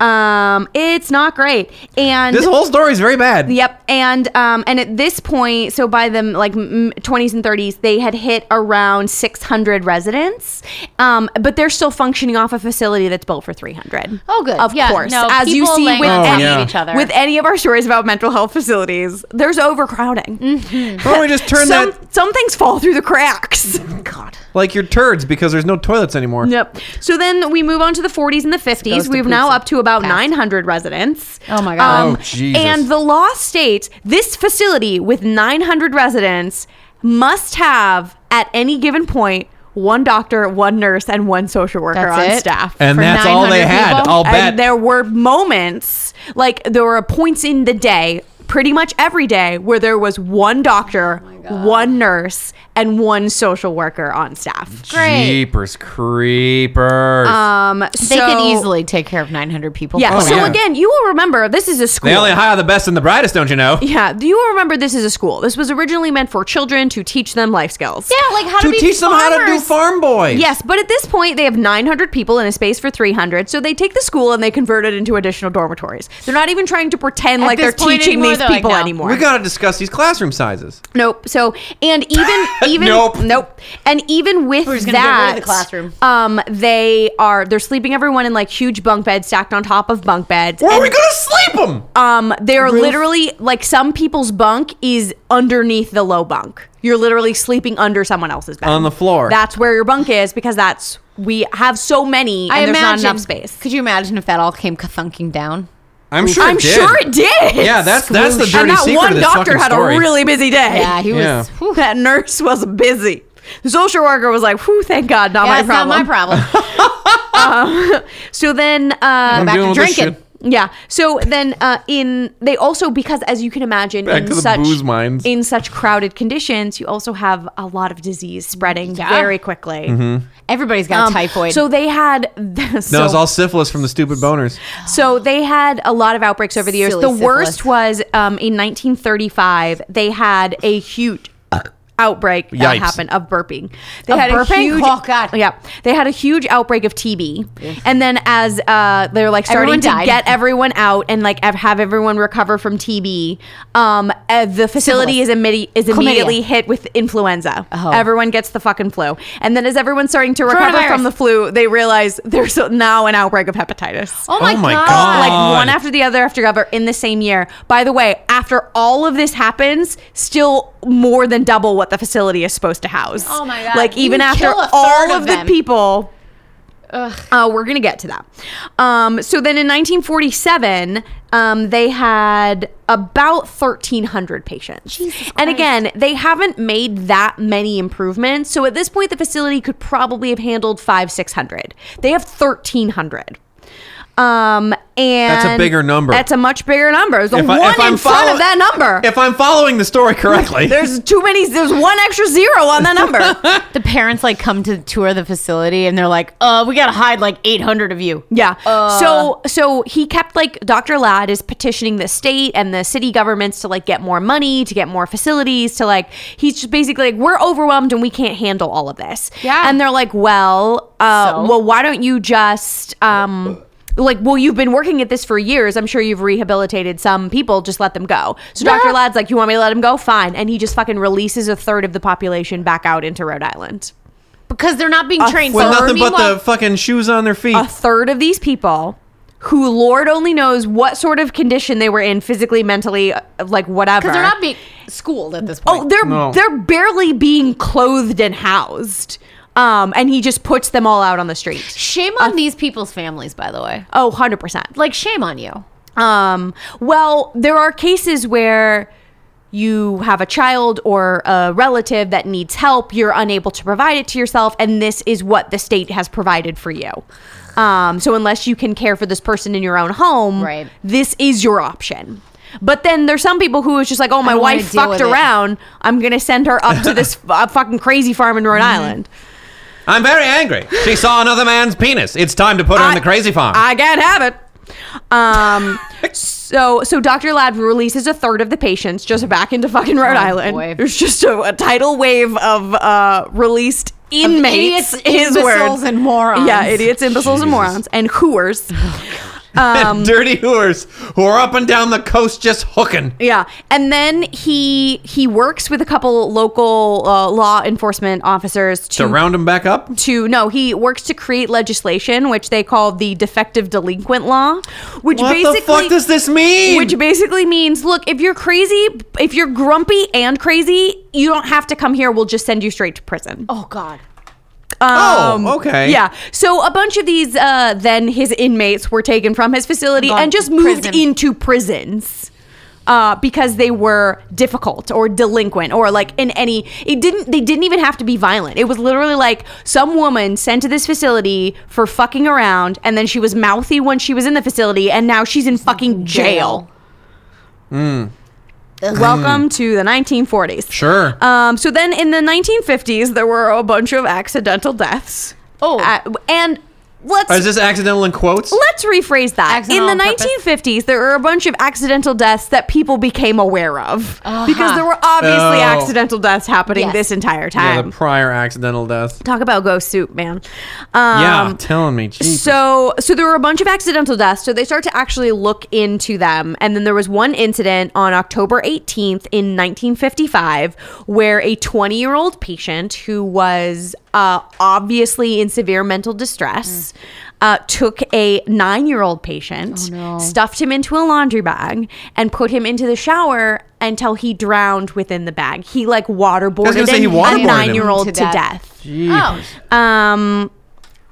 S3: Um, it's not great. And
S4: this whole story is very bad.
S3: Yep, and um, and at this point, so by the like twenties and thirties, they had hit around six hundred residents, um, but they're still functioning off a facility that's built for three hundred.
S2: Oh, good.
S3: of
S2: Yeah,
S3: course,
S2: no,
S3: as you
S2: people
S3: see
S2: laying
S3: with
S2: on top
S3: any,
S4: of
S2: each other.
S3: with any of our stories about mental health facilities, there's overcrowding.
S2: Mm.
S4: Why don't we just turn
S3: Some
S4: that
S3: some things fall through the cracks. God.
S4: like your turds because there's no toilets anymore.
S3: Yep. So then we move on to the 40s and the 50s.
S2: Goes to
S3: We've now
S2: pizza.
S3: up to about
S2: Past.
S3: 900 residents. Um,
S2: Oh my God.
S4: Oh, Jesus.
S3: And the law states this facility with 900 residents must have at any given point one doctor, one nurse, and one social worker
S2: That's
S3: on
S2: it?
S3: staff.
S4: And
S2: For
S4: that's all they
S2: 900
S4: had.
S2: people?
S4: I'll bet.
S3: And there were moments, like there were points in the day, pretty much every day, where there was one
S2: Oh
S3: doctor, one nurse, and one social worker on staff.
S2: Great.
S4: Jeepers creepers.
S3: Um,
S2: They
S3: so-
S2: could easily take care of 900 people.
S3: Yeah.
S4: Oh,
S3: so
S4: yeah.
S3: again, you will remember this is a school.
S4: they only hire the best and the brightest, don't you know?
S3: yeah, you will remember this is a school. This was originally meant for children to teach them life skills.
S2: Yeah, like how
S4: To
S2: be
S4: teach them how to do
S2: farmers.
S4: farm boys.
S3: Yes, but at this point they have 900 people in a space for 300, so they take the school and they convert it into additional dormitories. They're not even trying to pretend
S2: At
S3: like they're
S2: this point
S3: teaching
S2: anymore,
S3: these
S2: they're like,
S3: people
S2: no.
S3: anymore.
S4: We gotta discuss these classroom sizes.
S3: Nope. So and even even
S4: Nope.
S3: And even with
S2: We're just gonna get rid
S3: that,
S2: of the classroom.
S3: um, they are they're sleeping everyone in like huge bunk beds stacked on top of bunk beds.
S4: Where are
S3: and,
S4: we gonna sleep them?
S3: Um, they're literally like some people's bunk is underneath the low bunk. You're literally sleeping under someone else's bed
S4: On the floor.
S3: That's where your bunk is because that's we have so many and
S2: I
S3: there's
S2: imagine.
S3: not enough space.
S2: Could you imagine if that all came thunking down?
S4: I'm sure.
S3: I'm
S4: it did.
S3: sure it did.
S4: Yeah, that's that's the
S3: Swoosh.
S4: dirty
S3: and that
S4: secret
S3: one
S4: of this
S3: doctor
S4: fucking
S3: had
S4: story.
S3: a really busy day.
S2: Yeah, he
S4: Yeah.
S2: was. Whew,
S3: that nurse was busy. The social worker was like, whew, thank God, not,
S2: yeah,
S3: my
S2: it's not
S3: problem.
S2: my problem.
S3: So then, uh,
S4: I'm
S2: back to
S4: dealing with this
S2: drinking.
S4: shit.
S3: yeah. So then, uh, in they also because as you can imagine,
S4: Back
S3: in
S4: to the
S3: such
S4: booze mines.
S3: in such crowded conditions, you also have a lot of disease spreading
S2: Yeah.
S3: very quickly.
S2: Everybody's got
S3: Um,
S2: typhoid.
S3: So they had so,
S4: No, Mm-hmm. it's all syphilis from the stupid boners.
S3: so they had a lot of outbreaks over the years.
S2: Silly
S3: the worst
S2: syphilis.
S3: was um, in 1935. They had a huge outbreak that
S4: Yikes.
S3: happened of burping. They
S2: Of
S3: had
S2: burping?
S3: a huge
S2: Oh, God.
S3: Yeah, they had a huge outbreak of TB, and then as uh, they're like starting
S2: Everyone
S3: to
S2: died.
S3: get everyone out and like have- have everyone recover from TB, um, uh, the facility
S2: Syphilis.
S3: is, immedi- is immediately hit with influenza.
S2: Oh.
S3: Everyone gets the fucking flu, and then as everyone's starting to recover
S2: Coronavirus.
S3: from the flu, they realize there's now an outbreak of hepatitis
S2: oh my,
S4: Oh my
S2: god.
S4: God.
S2: Like,
S3: like one after the other after the other in the same year. By the way, after all of this happens, still more than double what the facility is supposed to house.
S2: Oh my God.
S3: Like even
S2: You
S3: after
S2: kill a
S3: all
S2: third
S3: of,
S2: of
S3: the
S2: them.
S3: people. Uh, we're gonna get to that. Um, so then in 1947, um, they had about 1,300 patients.
S2: Jesus
S3: and
S2: Christ.
S3: again, they haven't made that many improvements. So at this point, the facility could probably have handled five, 600. They have 1,300. Um, and
S4: That's a bigger number.
S3: That's a much bigger number. There's a
S4: If I-
S3: one
S4: if
S3: in
S4: I'm
S3: front
S4: follow-
S3: of that number.
S4: If I'm following the story correctly,
S3: there's too many. There's one extra zero on that number.
S2: The parents like come to tour the facility and they're like, "Uh, we gotta hide like 800 of you."
S3: Yeah.
S2: Uh.
S3: so so he kept like Dr. Ladd is petitioning the state and the city governments to like get more money, to get more facilities, to like he's just basically like we're overwhelmed and we can't handle all of this.
S2: Yeah.
S3: And they're like, well, uh,
S2: So?
S3: well, why don't you just um. Like, well, you've been working at this for years. I'm sure you've rehabilitated some people. Just let them go. So Dr.
S2: Yeah.
S3: Ladd's like, you want me to let him go? Fine. And he just fucking releases a third of the population back out into Rhode Island.
S2: Because they're not being trained.
S4: with
S2: So
S4: nothing but
S2: meanwhile-
S4: the fucking shoes on their feet.
S3: a third of these people who lord only knows what sort of condition they were in physically mentally uh, like whatever
S2: because they're not being schooled at this point.
S3: oh they're
S4: No.
S3: they're barely being clothed and housed um and he just puts them all out on the street
S2: shame on these people's families, by the way.
S3: oh 100%
S2: Like shame on you.
S3: um well there are cases where you have a child or a relative that needs help you're unable to provide it to yourself and this is what the state has provided for you um so unless you can care for this person in your own home
S2: Right.
S3: this is your option but then there's some people who is just like oh my
S2: don't wanna
S3: wife
S2: deal
S3: fucked
S2: with it.
S3: around i'm gonna send her up to this uh, fucking crazy farm in rhode
S2: Mm-hmm.
S3: island
S4: I'm very angry. She saw another man's penis. It's time to put her on the crazy farm.
S3: I can't have it. Um, so so Dr. Ladd releases a third of the patients just back into fucking Rhode Island.
S2: Oh, boy.
S3: There's just a, a tidal wave of uh, released inmates.
S2: idiots,
S3: his
S2: imbeciles,
S3: word.
S2: and morons.
S3: Yeah, idiots, imbeciles, and morons, and hooers. um,
S4: And dirty whores who are up and down the coast just hooking.
S3: Yeah, and then he he works with a couple local uh, law enforcement officers
S4: To round them back up.
S3: to no he works to create legislation which they call the defective delinquent law which
S4: What
S3: basically
S4: the fuck does this mean?
S3: which basically means look if you're crazy if you're grumpy and crazy you don't have to come here we'll just send you straight to prison
S2: Oh God.
S3: Um,
S4: oh, okay.
S3: yeah so a bunch of these uh, then his inmates were taken from his facility
S2: Gone
S3: and just
S2: to
S3: moved
S2: prison.
S3: into prisons uh, because they were difficult or delinquent or like in any it didn't they didn't even have to be violent it was literally like some woman sent to this facility for fucking around and then she was mouthy when she was in the facility and now she's in fucking jail. Welcome to the 1940s.
S4: Sure.
S3: Um, so then in the 1950s, there were a bunch of accidental deaths.
S2: Oh.
S3: Uh, and let's.
S4: Or Is this accidental in quotes?
S3: Let's rephrase that.
S2: Accidental
S3: in
S2: on
S3: the
S2: purpose.
S3: 1950s, there were a bunch of accidental deaths that people became aware of because there were obviously
S4: Oh.
S3: accidental deaths happening
S2: Uh-huh. Yes.
S3: this entire
S4: yeah,
S3: time.
S4: the prior accidental death.
S3: Talk about ghost soup, man. Um,
S4: yeah, I'm telling me. Jeez.
S3: so, so there were a bunch of accidental deaths. So they start to actually look into them, and then there was one incident on October 18th in 1955, where a 20-year-old patient who was uh, obviously in severe mental
S4: Mm.
S3: distress uh, took a nine-year-old
S4: Oh,
S3: patient, stuffed him into a laundry bag, and put him into the shower until he drowned within the bag. He like waterboarded
S4: say he
S3: a-
S4: waterboarded
S3: a
S4: him.
S3: nine-year-old
S2: To
S3: to
S2: death.
S3: death.
S2: Oh.
S3: Um,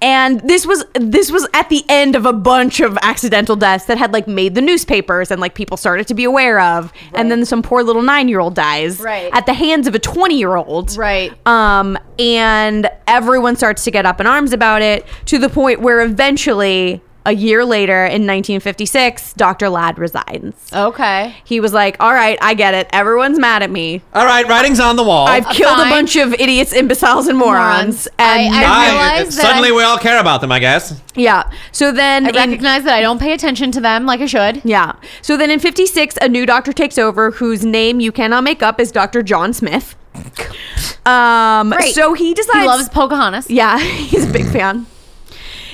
S3: and this was this was at the end of a bunch of accidental deaths that had like made the newspapers and like people started to be aware of. And then some poor little nine year old dies
S2: Right.
S3: at the hands of a twenty year old.
S2: Right.
S3: Um, and everyone starts to get up in arms about it to the point where eventually, a year later in 1956, Dr. Ladd resigns.
S2: Okay.
S3: He was like, "All right, I get it. Everyone's mad at me.
S4: All right, writing's on the wall.
S3: I've killed
S2: Oh, fine.
S3: a bunch of idiots, imbeciles, and morons,
S2: Morons.
S3: and
S2: I-
S3: now-
S4: I-
S2: realize that
S4: suddenly
S2: I-
S4: we all care about them, I guess.
S3: Yeah. So then
S2: I
S3: in-
S2: recognize that I don't pay attention to them like I should.
S3: yeah. So then in 56, a new doctor takes over whose name you cannot make up is Dr. John Smith. Um,
S2: Great.
S3: so he decides
S2: He loves Pocahontas.
S3: Yeah, he's a big fan.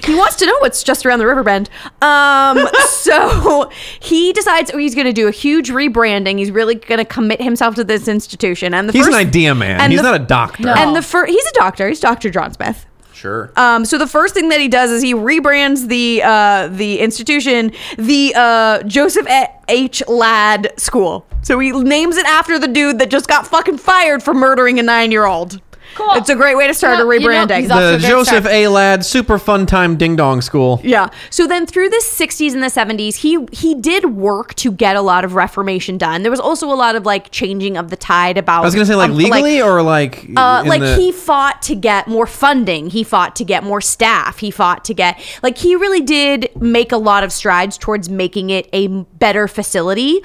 S3: He wants to know what's just around the river bend. Um, so he decides oh, he's going to do a huge rebranding. He's really going to commit himself to this institution. And the
S4: He's
S3: first,
S4: an idea man.
S3: and
S4: He's
S3: the-
S4: not a doctor.
S2: No.
S3: And the first, he's a doctor. He's Dr. John Smith.
S4: Sure.
S3: Um, so the first thing that he does is he rebrands the uh, the institution the uh, Joseph A- H. Ladd School. So he names it after the dude that just got fucking fired for murdering a nine year old.
S2: Cool.
S3: It's a great way to start
S2: No,
S3: a
S2: you know,
S3: rebranding.
S2: he's also
S4: The
S2: a good
S4: Joseph
S2: start.
S4: A. Ladd Super Fun Time Ding Dong School.
S3: Yeah. So then through the 60s and the 70s, he he did work to get a lot of reformation done. There was also a lot of like changing of the tide about
S4: I was gonna say like
S3: um,
S4: legally or like
S3: uh,
S4: in
S3: like
S4: the-
S3: he fought to get more funding he fought to get more staff he fought to get like he really did make a lot of strides towards making it a better facility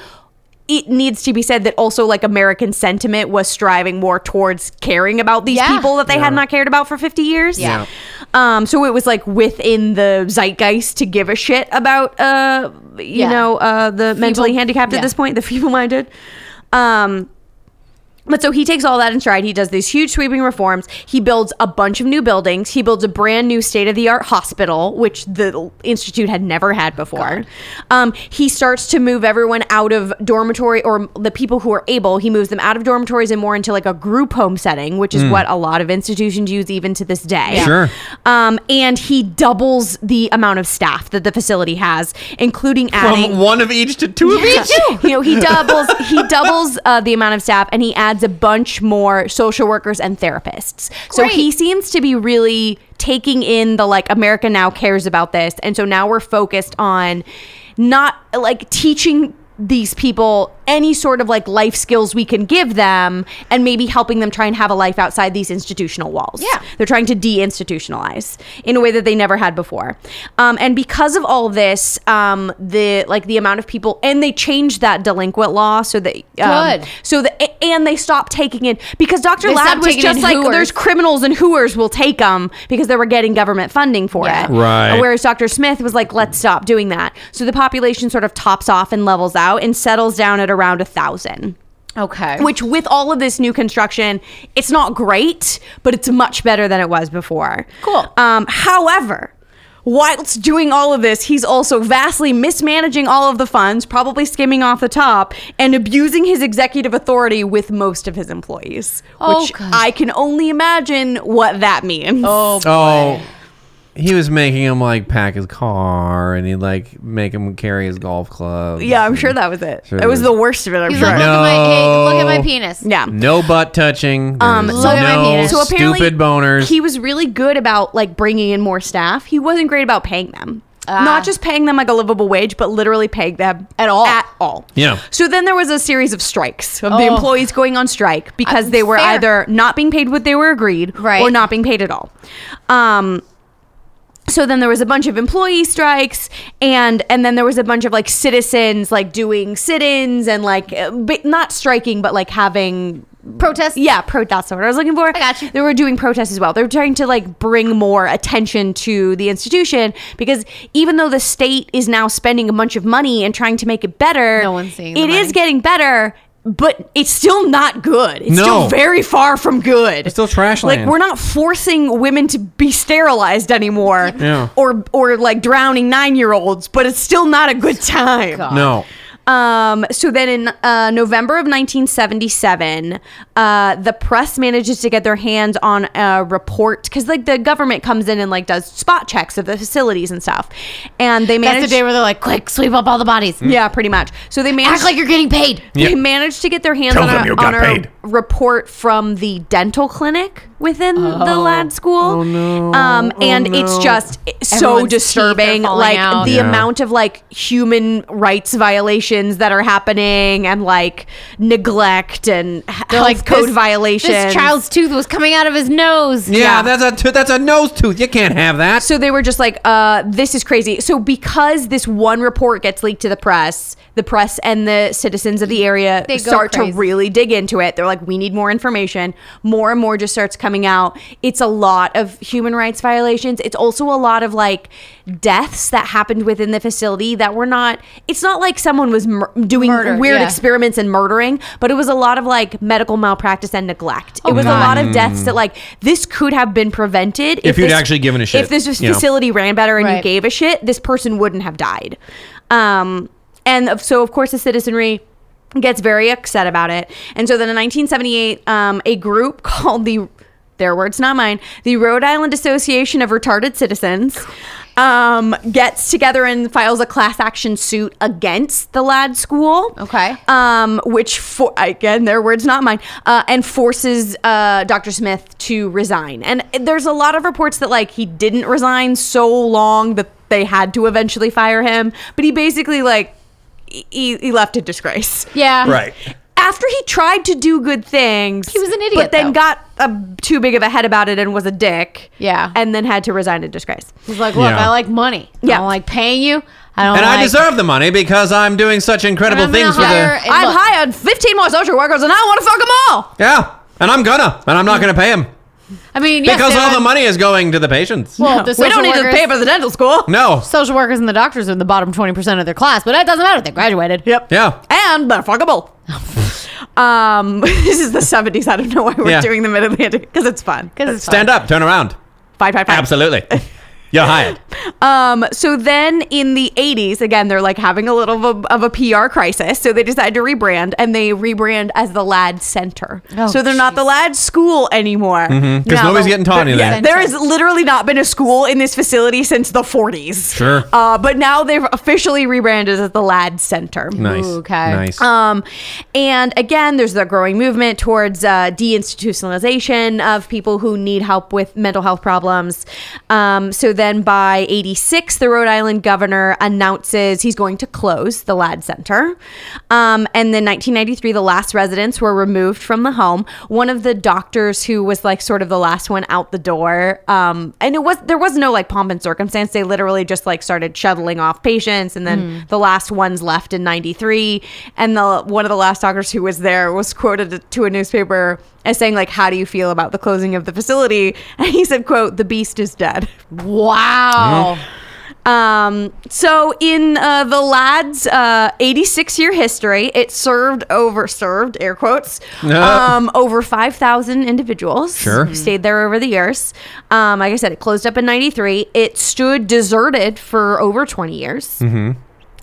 S3: it needs to be said that also like american sentiment was striving more towards caring about these
S2: Yeah.
S3: people that they had
S4: Yeah.
S3: not cared about for 50 years
S2: Yeah.
S3: um so it was like within the zeitgeist to give a shit about uh you
S2: Yeah.
S3: know uh the mentally handicapped
S2: yeah.
S3: at this point the feeble-minded um but so he takes all that in stride. He does these huge sweeping reforms. He builds a bunch of new buildings. He builds a brand new state of the art hospital, which the institute had never had before. Um, he starts to move everyone out of dormitory or the people who are able, he moves them out of dormitories and more into like a group home setting, which is what a lot of institutions use even to this day.
S4: Hmm. Yeah. Sure.
S3: Um, and he doubles the amount of staff that the facility has, including adding
S4: from one of each to two of each.
S3: you know, he doubles he doubles uh, the amount of staff, and he adds a bunch more social workers and therapists. So
S2: Great.
S3: he seems to be really taking in the like America now cares about this, and so now we're focused on not like teaching these people any sort of like life skills we can give them and maybe helping them try and have a life outside these institutional walls
S2: Yeah.
S3: they're trying to deinstitutionalize in a way that they never had before. Um, and because of all this, um, the like the amount of people and they changed that delinquent law so that um,
S2: Good.
S3: so that and they stopped taking in because Dr.
S2: They
S3: Ladd
S2: stopped
S3: was
S2: taking
S3: just
S2: in
S3: like
S2: hooers.
S3: there's criminals and hooers will take them because they were getting government funding for
S2: Yeah.
S3: it.
S4: Right.
S3: Whereas Dr. Smith was like, let's stop doing that. So the population sort of tops off and levels out and settles down at around a thousand
S2: Okay.
S3: which with all of this new construction, it's not great, but it's much better than it was before.
S2: Cool.
S3: Um, however, whilst doing all of this, he's also vastly mismanaging all of the funds, probably skimming off the top, and abusing his executive authority with most of his employees.
S2: Oh,
S3: which
S2: God.
S3: I can only imagine what that means.
S2: oh,
S4: Oh, he was making him like pack his car, and he'd like make him carry his golf club.
S3: Yeah, I'm sure that was it.
S4: Sure
S3: it was
S4: it
S3: the worst of it, I'm
S2: he's
S3: sure.
S2: like, look at my hey, look at my
S4: No.
S2: penis.
S3: yeah.
S4: No butt touching.
S3: Um,
S4: There's
S3: so- Look
S2: at my
S4: no
S2: penis.
S3: So apparently,
S4: stupid boners.
S3: He was really good about like bringing in more staff. He wasn't great about paying them.
S2: Ah.
S3: Not just paying them like a livable wage, but literally paying them
S2: At all.
S3: At all.
S4: Yeah.
S3: So then there was a series of strikes of the
S2: Oh.
S3: employees going on strike because
S2: Uh,
S3: they were
S2: fair.
S3: either not being paid what they were agreed
S2: Right.
S3: or not being paid at all. Um, so then there was a bunch of employee strikes and and then there was a bunch of like citizens like doing sit-ins and like uh, but not striking but like having
S2: Protest.
S3: yeah, pro- that's the word I was looking for. I
S2: got you.
S3: They were doing protests as well. They were trying to like bring more attention to the institution because even though the state is now spending a bunch of money and trying to make it better,
S2: No one's seeing the
S3: it is
S2: money.
S3: getting better. But it's still not good. It's
S4: No.
S3: still very far from good. It's
S4: still trash
S3: Like
S4: land.
S3: we're not forcing women to be sterilized anymore,
S4: Yeah.
S3: or or like drowning nine year olds. But it's still not a good time.
S4: no.
S3: Um, so then in uh, November of 1977, uh, the press manages to get their hands on a report because like the government comes in and like does spot checks of the facilities and stuff, and they
S2: That's
S3: manage.
S2: the day where they're like, quick, sweep up all the bodies.
S3: yeah, pretty much. So they manage
S2: Act like you're getting paid.
S4: Yeah.
S3: they managed to get their hands
S1: Tell
S3: on,
S1: them you
S3: a, on
S1: got
S3: a
S1: paid.
S3: report from the dental clinic within the lad school.
S4: Oh, no.
S3: Um,
S4: Oh,
S3: and it's
S4: no.
S3: just so
S2: Everyone's teeth are
S3: disturbing.
S2: falling
S3: Like
S2: out.
S3: the
S4: Yeah.
S3: amount of like human rights violations that are happening and like neglect and h-
S2: They're
S3: health
S2: like
S3: code
S2: this-
S3: violations.
S2: This child's tooth was coming out of his nose.
S4: Yeah,
S3: Yeah.
S4: that's a to- that's a nose tooth. You can't have that.
S3: so they were just like, uh, this is crazy. So because this one report gets leaked to the press, the press and the citizens of the area
S2: They go
S3: start to
S2: crazy.
S3: really dig into it. They're like, we need more information. More and more just starts coming out. It's a lot of human rights violations. It's also a lot of like deaths that happened within the facility that were not, it's not like someone was mur- doing
S2: Murder,
S3: weird
S2: yeah.
S3: experiments and murdering, but it was a lot of like medical malpractice and neglect. it was a lot
S2: Oh, God.
S3: of deaths that like this could have been prevented
S4: If you'd
S3: this-
S4: actually given a shit,
S3: If this was
S4: you know.
S3: facility ran better and you
S2: Right.
S3: gave a shit, this person wouldn't have died. Um, and of, so, of course, the citizenry gets very upset about it. And so then in 1978, um, a group called the their words, not mine, the Rhode Island Association of Retarded Citizens um, gets together and files a class action suit against the lad school.
S2: Okay.
S3: Um, which, for, again, their words, not mine, uh, and forces uh, Dr. Smith to resign. And there's a lot of reports that, like, he didn't resign so long that they had to eventually fire him, but he basically, like, he, he left in disgrace
S2: Yeah.
S4: Right.
S3: after he tried to do good things,
S2: He was an
S3: But
S2: idiot,
S3: then
S2: though.
S3: got um, too big of a head about it and was a dick.
S2: Yeah.
S3: and then had to resign in disgrace.
S2: He's like, look,
S4: Yeah.
S2: I like money. I
S3: Yeah.
S2: don't like paying you. I don't
S4: And
S2: like
S4: I deserve the money because I'm doing such incredible
S2: And I'm
S4: things
S2: gonna
S4: for the.
S2: hire- And
S3: I've
S2: look-
S3: hired 15 more social workers and I want to fuck them all.
S4: Yeah. And I'm gonna. And I'm not gonna pay him.
S2: I mean, yes,
S4: Because
S2: they
S4: all
S2: are-
S4: the money is going to the patients.
S2: Well, the
S3: we
S2: social
S3: don't need
S2: workers-
S3: to pay for the dental school.
S4: No.
S2: social workers and the doctors are in the bottom 20% of their class, but that doesn't matter. They graduated.
S3: Yep.
S4: Yeah.
S3: And they're fuckable. um, this is the 70s. I don't know why we're
S4: Yeah.
S3: doing the Mid Atlantic because it's fun.
S2: Because it's
S4: Stand up. Turn around.
S3: Five, five, five.
S4: Absolutely. You're hired.
S3: Um, so then in the 80s, again, they're like having a little of a, of a PR crisis. So they decide to rebrand and they rebrand as the Lad Center.
S2: Oh,
S3: so they're not the Lad School anymore. Because
S4: Mm-hmm. nobody's getting taught anything.
S3: there has literally not been a school in this facility since the 40s.
S4: Sure.
S3: Uh, but now they've officially rebranded as the Lad Center.
S4: Nice.
S2: okay.
S4: Nice.
S3: Um, and again, there's the growing movement towards uh, deinstitutionalization of people who need help with mental health problems. Um, so then by 86, the Rhode Island governor announces he's going to close the LAD Center. Um, and then 1993, the last residents were removed from the home. One of the doctors who was like sort of the last one out the door, um, and it was there was no like pomp and circumstance. They literally just like started shuttling off patients, and then the last ones left in '93. And the one of the last doctors who was there was quoted to a newspaper as saying like, "How do you feel about the closing of the facility?" And he said, "Quote: The beast is dead."
S2: Wow.
S4: Mm-hmm.
S3: Um, so in uh, the lad's uh, 86 year history, it served over served air quotes um, over 5,000 individuals.
S4: Sure.
S3: who stayed there over the years. Um, like I said, it closed up in 93. It stood deserted for over 20 years.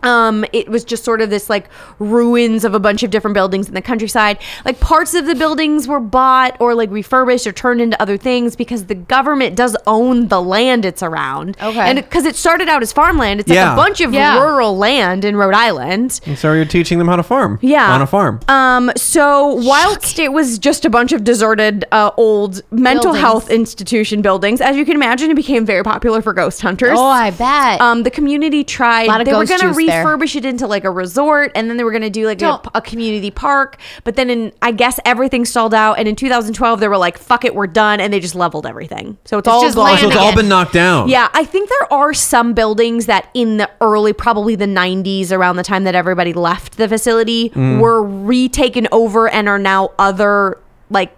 S3: Um, it was just sort of this like ruins of a bunch of different buildings in the countryside. Like parts of the buildings were bought or like refurbished or turned into other things because the government does own the land it's around.
S2: Okay.
S3: And because it started out as farmland, it's
S4: Yeah. Mm.
S3: like a bunch of
S2: Yeah.
S3: rural land in Rhode Island.
S4: so you're teaching them how to farm.
S3: Yeah.
S4: On a farm.
S3: Um, so whilst it was just a bunch of deserted uh, old mental
S2: Buildings.
S3: health institution buildings, as you can imagine, it became very popular for ghost hunters.
S2: Oh, I bet.
S3: Um, the community tried.
S2: Lot of
S3: they were
S2: ghost
S3: going to
S2: juice there.
S3: refurbish it into like a resort, and then they were going to do like a,
S2: Don't-
S3: a community park. But then, in I guess everything stalled out. And in 2012, they were like, "Fuck it, we're done," and they just leveled everything. So it's, all
S2: just
S3: gone.
S2: land
S4: so it's all been knocked down.
S3: Yeah, I think there are some buildings that in the early, probably the 90s, around the time that everybody left the facility, were retaken over and are now other like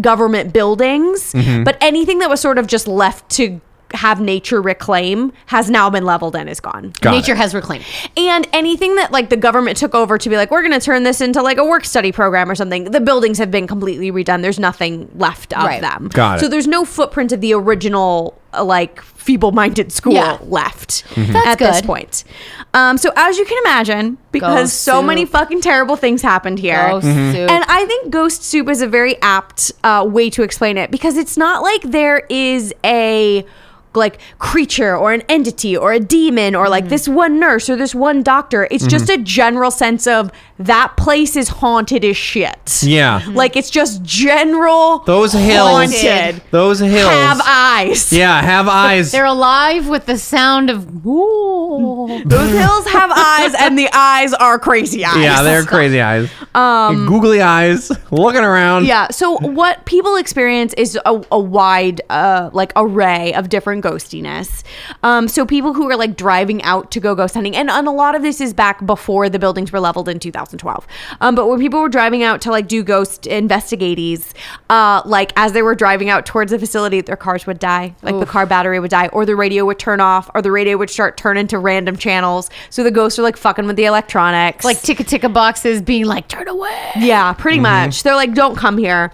S3: government buildings. But anything that was sort of just left to have nature reclaim has now been leveled and is gone.
S4: Got
S2: Nature
S4: it.
S2: has reclaimed.
S3: And anything that like the government took over to be like, we're going to turn this into like a work study program or something, the buildings have been completely redone. There's nothing left of
S2: Right.
S3: them.
S4: Got it.
S3: So there's no footprint of the original uh, like feeble-minded school
S2: Yeah.
S3: left
S4: Mm-hmm.
S2: That's
S3: at this
S2: good.
S3: point. Um, so as you can imagine, because so
S2: soup.
S3: many fucking terrible things happened here.
S2: Ghost
S4: Mm-hmm.
S2: Mhm. soup.
S3: And I think ghost soup is a very apt uh, way to explain it because it's not like there is a like creature or an entity or a demon or like this one nurse or this one doctor.
S4: Mm-hmm.
S3: It's just a general sense of that place is haunted as shit.
S4: Yeah.
S3: Like it's just general
S4: Those hills.
S3: haunted.
S4: Those hills.
S3: Have eyes.
S4: yeah, have eyes.
S2: They're alive with the sound of. Ooh.
S3: Those hills have eyes and the eyes are crazy eyes.
S4: yeah, they're crazy eyes. Um, Googly eyes, looking around.
S3: Yeah. So what people experience is a, a wide, uh, like array of different ghostiness. Um, so people who are like driving out to go ghost hunting, and, and a lot of this is back before the buildings were leveled in 2012. Um, but when people were driving out to like do ghost investigates, uh, like as they were driving out towards the facility, their cars would die. Like the car battery would die, or the radio would turn off, or the radio would start turning to random channels. So the ghosts are like fucking with the electronics,
S2: Like ticka ticka boxes being like, turn away.
S3: yeah, pretty
S2: Mm-hmm.
S3: much. They're like, don't come here.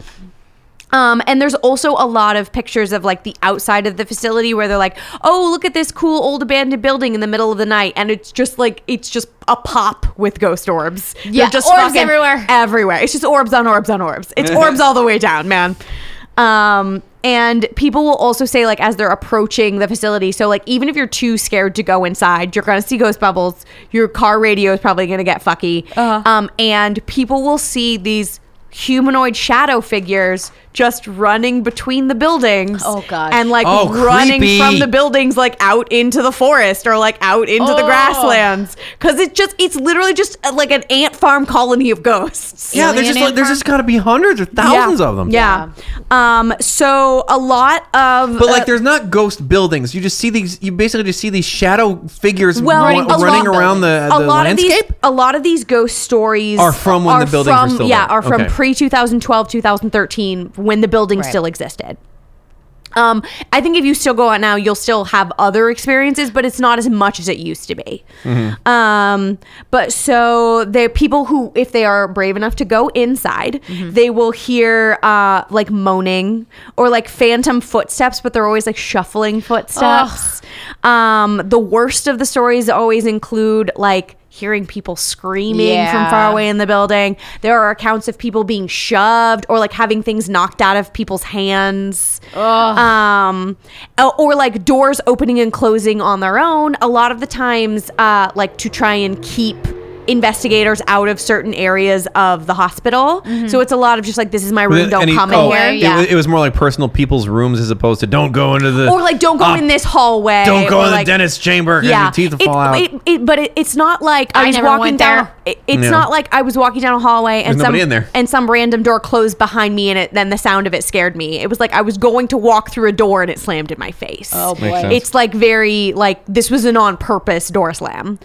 S3: Um, and there's also a lot of pictures of like the outside of the facility where they're like, oh, look at this cool old abandoned building in the middle of the night. And it's just like, it's just a pop with ghost orbs. They're
S2: Yeah,
S3: just
S2: orbs
S3: fucking
S2: everywhere.
S3: Everywhere. It's just orbs on orbs on orbs. It's orbs all the way down, man. Um, and people will also say like as they're approaching the facility. So like even if you're too scared to go inside, you're gonna see ghost bubbles. Your car radio is probably gonna get fucky.
S2: Uh-huh.
S3: Um, and people will see these humanoid shadow figures just running between the buildings.
S2: Oh, gosh.
S3: And like
S4: Oh,
S3: running
S4: creepy.
S3: from the buildings like out into the forest or like out into the
S2: Oh.
S3: grasslands because it's just it's literally just uh, like an ant farm colony of ghosts.
S4: Yeah, there's
S2: Alien
S4: just like, there's
S2: ant
S4: just got to be hundreds or thousands
S3: Yeah.
S4: of them.
S3: Yeah. Um. So a lot of
S4: But like,
S3: uh,
S4: there's not ghost buildings. You just see these. You basically just see these shadow figures
S3: well,
S4: wa-
S3: a lot-
S4: running around the, the
S3: a lot
S4: landscape.
S3: Of these, a lot of these ghost stories
S4: Are from when the buildings were
S3: from-
S4: still
S3: yeah,
S4: there.
S3: are from
S4: Okay.
S3: pre 2012 2013 when the building
S2: Right.
S3: still existed. Um, I think if you still go out now, you'll still have other experiences, but it's not as much as it used to be. Um, but so the people who, if they are brave enough to go inside, they will hear uh, like moaning or like phantom footsteps, but they're always like shuffling footsteps. Um, the worst of the stories always include like hearing people screaming from
S2: Yeah.
S3: far away in the building. There are accounts of people being shoved or like having things knocked out of people's hands. Um, uh, or like doors opening and closing on their own. A lot of the times, uh, like to try and keep investigators out of certain areas of the hospital. So it's a lot of just like, this is my
S4: But
S3: room,
S4: then-
S3: don't
S4: and he-
S3: come in
S4: oh,
S3: here.
S4: It,
S2: Mm-hmm. yeah.
S4: wa- it was more like personal people's rooms as opposed to don't go into the
S3: Or like, don't go
S4: uh,
S3: in this hallway.
S4: Don't go
S3: or,
S4: in
S3: like-
S4: the dentist's chamber. Yeah,
S3: yeah,
S4: your teeth will
S3: It-
S4: fall out.
S3: It, it, but it, it's not like I,
S2: I
S3: was
S2: never
S3: walking
S2: went
S3: down.
S2: there.
S3: it- it's
S4: Yeah.
S3: not like I was walking down a hallway and
S4: There's
S3: some
S4: nobody in there.
S3: and some random door closed behind me, and it, then the sound of it scared me. It was like I was going to walk through a door and it slammed in my face.
S2: Oh, boy.
S4: Makes sense.
S3: It's like very like this was an on purpose door slam.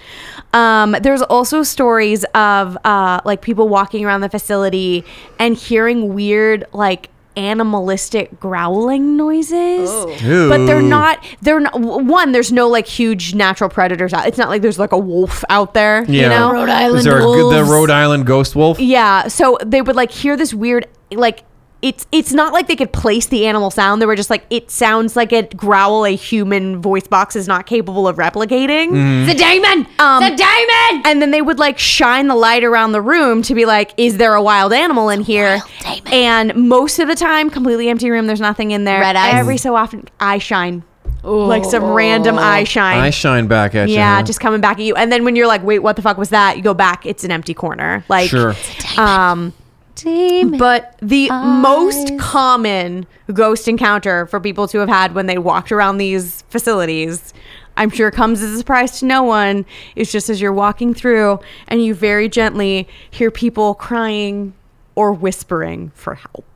S3: Um, there's also stories of uh, like people walking around the facility and hearing weird like animalistic growling noises,
S4: Oh. Ooh.
S3: but they're not. They're not w- one. There's no like huge natural predators out. It's not like there's like a wolf out there. You know,
S2: Rhode Island
S4: Is there a good- the
S2: wolves.
S4: Rhode Island ghost wolf?
S3: yeah. So they would like hear this weird like it's it's not like they could place the animal sound. They were just like it sounds like a growl a human voice box is not capable of replicating.
S4: Mm-hmm.
S2: It's a demon.
S3: Um,
S2: it's a demon.
S3: And then they would like shine the light around the room to be like, is there a wild animal in here?
S2: wild demon.
S3: And most of the time, completely empty room. There's nothing in there.
S2: Red eyes.
S3: Every so often, eye shine, like some random eye shine.
S4: I shine back at you.
S3: yeah,
S4: huh?
S3: just coming back at you. And then when you're like, wait, what the fuck was that? You go back. It's an empty corner. Like,
S4: Sure.
S3: um,
S2: Demon.
S3: but the most common ghost encounter for people to have had when they walked around these facilities, I'm sure comes as a surprise to no one, is just as you're walking through and you very gently hear people crying or whispering for help.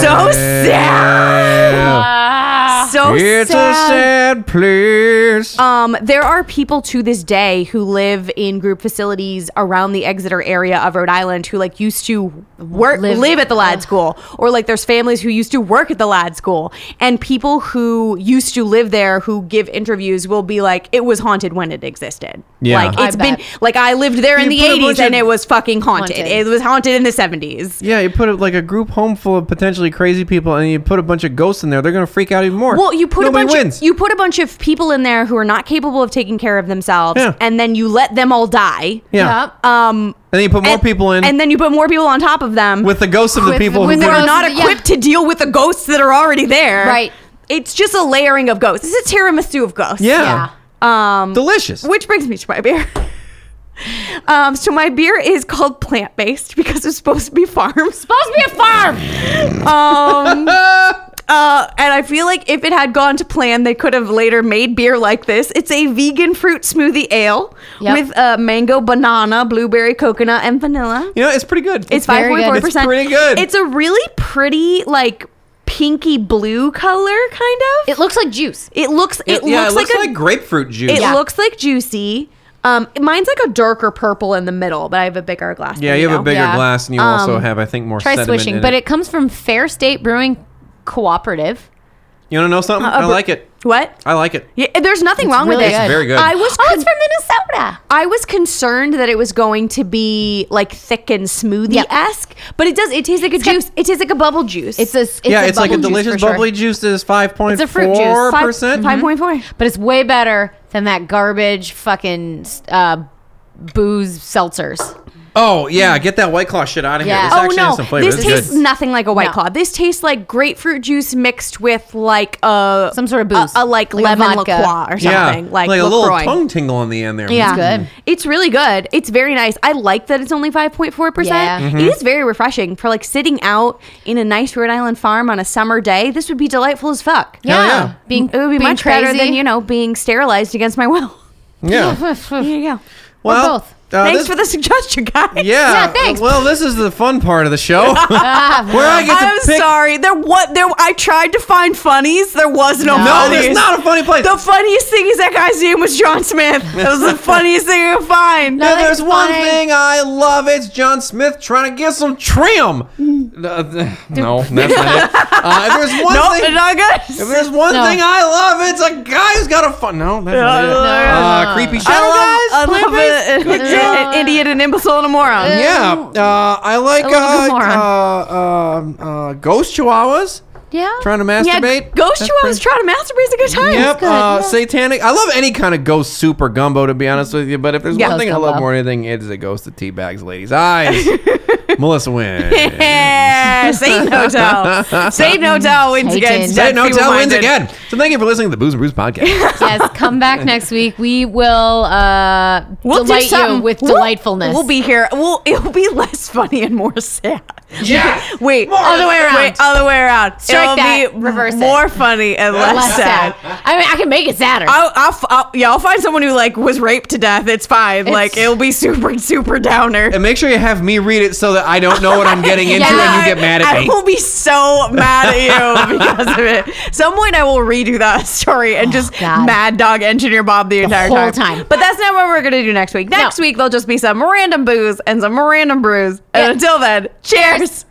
S3: So sad. So
S4: It's a sad place.
S3: Um, there are people to this day who live in group facilities around the Exeter area of Rhode Island who like used to work live,
S2: Live-
S3: at the lad school or like there's families who used to work at the lad school and people who used to live there who give interviews will be like it was haunted when it existed.
S4: Yeah.
S3: Like
S4: I
S3: it's been
S2: bet.
S3: like I lived there in
S4: You
S3: the
S4: put a bunch
S3: 80s and
S4: of-
S3: it was fucking haunted.
S2: Haunted.
S3: It was haunted in the 70s.
S4: Yeah, you put a, like a group home full of potentially crazy people, and you put a bunch of ghosts in there. They're gonna freak out even more.
S3: Well, you put
S4: Nobody
S3: a bunch
S4: wins.
S3: Of, you put a bunch of people in there who are not capable of taking care of themselves
S4: Yeah.
S3: and then you let them all die.
S4: yeah.
S2: Yep.
S3: Um
S4: And then you put more
S3: and-
S4: people in
S3: and then you put more people on top of them
S4: with the ghosts of the
S2: With-
S4: people
S2: with
S4: who
S2: the
S4: were
S3: are
S2: ghosts.
S3: not
S2: yeah.
S3: equipped to deal with the ghosts that are already there
S2: Right.
S3: it's just a layering of ghosts it's a tiramisu of ghosts
S4: Yeah.
S3: um
S4: Delicious.
S3: which brings me to my beer um so my beer is called plant-based because it's supposed to be farm
S2: supposed to be a farm.
S3: um Uh, and I feel like if it had gone to plan, they could have later made beer like this. It's a vegan fruit smoothie ale
S2: Yep.
S3: with uh, mango, banana, blueberry, coconut, and vanilla.
S4: you know, it's pretty good.
S3: It's five
S2: very
S3: point
S2: good.
S3: four
S2: It's
S3: percent.
S4: pretty good.
S3: It's a really pretty, like pinky blue color, kind of. It,
S2: It looks like juice.
S3: looks. It,
S4: yeah,
S3: looks,
S4: it looks
S3: like,
S4: like,
S3: a.
S4: grapefruit juice.
S3: It
S2: Yeah.
S3: looks like juicy. Um, mine's like a darker purple in the middle, but I have a bigger glass.
S4: yeah,
S3: than
S4: you have a
S3: know.
S4: bigger
S2: Yeah.
S4: glass, and you
S3: Um,
S4: also have, I think, more.
S2: Try
S4: sediment
S2: swishing,
S4: in
S2: but it. comes from Fair State Brewing Cooperative.
S4: You want to know something?
S3: Uh,
S4: I
S3: but-
S4: like it.
S3: What?
S4: I like it.
S3: Yeah, there's nothing wrong
S2: really
S3: with it.
S2: good. It's
S4: very good.
S3: I was
S2: Oh,
S3: con-
S2: it's from Minnesota.
S3: I was concerned that it was going to be like thick and smoothie esque, but it does. It tastes like a juice. it tastes like a bubble juice.
S2: It's a. It's
S4: yeah,
S2: a
S4: it's like a
S2: bubble juice
S4: delicious
S2: for sure.
S4: bubbly juice that is five point
S2: a fruit juice. Mm-hmm.
S4: four
S3: Five-
S4: percent.
S3: 5.4.
S2: but it's way better than that garbage fucking uh, booze seltzers.
S4: Oh yeah, get that white claw shit out of here.
S2: Yeah.
S4: This
S2: Oh,
S4: actually has some flavor.
S3: This
S4: This is
S3: tastes
S4: good.
S3: nothing like a white
S2: No.
S3: claw. This tastes like grapefruit juice mixed with like a
S2: Some sort of booze.
S3: a, a, like,
S2: Like a
S3: lemon
S2: vodka.
S3: LaCroix or something,
S4: yeah,
S3: like,
S4: a
S3: LaCroix.
S4: little tongue tingle on the end there.
S3: yeah,
S2: good.
S3: It's really good. It's very nice. I like that it's only five point four
S2: Yeah.
S4: Mm-hmm.
S3: percent.
S2: Mhm.
S3: It is very refreshing for like sitting out in a nice Rhode Island farm on a summer day. This would be delightful as fuck.
S2: Yeah.
S4: yeah.
S2: Being,
S3: it would be
S2: being
S3: much better
S2: crazy.
S3: than you know being sterilized against my will.
S4: yeah.
S3: There you go.
S4: Well,
S2: both.
S4: uh,
S3: Thanks
S4: this-
S3: for the suggestion, guys.
S4: Yeah.
S2: Yeah, thanks.
S4: Well, this is the fun part of the show, where I get to
S3: I'm
S4: pick.
S3: sorry. There what there I tried to find funnies. There was no,
S4: No,
S3: funnies.
S4: there's not a funny place.
S3: The funniest thing is that guy's name was John Smith. That was the funniest thing I could find.
S4: Now, there's
S2: Nothing's
S4: one
S2: funny.
S4: thing I love. It's John Smith trying to get some trim. Uh, th- no, that's not it. Uh, if there's one
S3: Nope,
S4: thing,
S3: it's not good.
S4: if there's one
S2: No.
S4: thing I love, it's a guy who's got a fun. No, that's not it.
S3: No,
S4: Uh, creepy shadow
S3: I
S4: guys.
S3: love it. An idiot, an imbecile, and a moron.
S4: Yeah, uh, I like uh,
S2: was a good moron.
S4: uh, uh, uh, ghost chihuawas
S2: Yeah.
S4: trying to masturbate.
S3: Ghost
S4: That's
S3: Chihuahua's
S4: pretty-
S3: trying to masturbate's a good time.
S4: Yep,
S2: good,
S4: uh,
S2: yeah.
S4: satanic. I love any kind of ghost soup or gumbo, to be honest with you. But if there's
S3: Yeah.
S4: one thing I
S2: Ghost
S4: love
S2: gumbo.
S4: more than anything, it is a ghost of tea bags, ladies' eyes. Melissa Wynn.
S3: Yeah, Satan Hotel. Satan Hotel wins
S2: Satan.
S3: against
S4: Say
S3: Dead
S4: no,
S3: Feeble
S4: tell wins
S3: Minded.
S4: again. So thank you for listening to the Booze and Brews podcast.
S2: yes, come back next week. We will uh,
S3: We'll do
S2: delight you
S3: something.
S2: with
S3: We'll-
S2: delightfulness.
S3: We'll be here. We'll, it'll be less funny and more sad.
S4: yeah.
S3: Wait, other way around. Wait, other way around.
S2: Strike
S3: it'll
S2: that.
S3: be
S2: Reverse it.
S3: more funny and less,
S2: less
S3: sad.
S2: sad. I mean, I can make it sadder.
S3: I'll, I'll, f- I'll, yeah, I'll find someone who like was raped to death. It's fine. like it'll be super, super downer.
S4: And make sure you have me read it so that I don't know what I'm getting into
S2: Yeah.
S4: and you get mad at
S3: I
S4: me.
S3: will be so mad at you because of it. Some point I will redo that story and just
S2: Oh, God.
S3: mad dog engineer Bob the entire
S2: whole
S3: time.
S2: time.
S3: But that's not what we're gonna do next week. Next week there'll just be some random booze and some random brews. And
S2: Yeah.
S3: until then, cheers.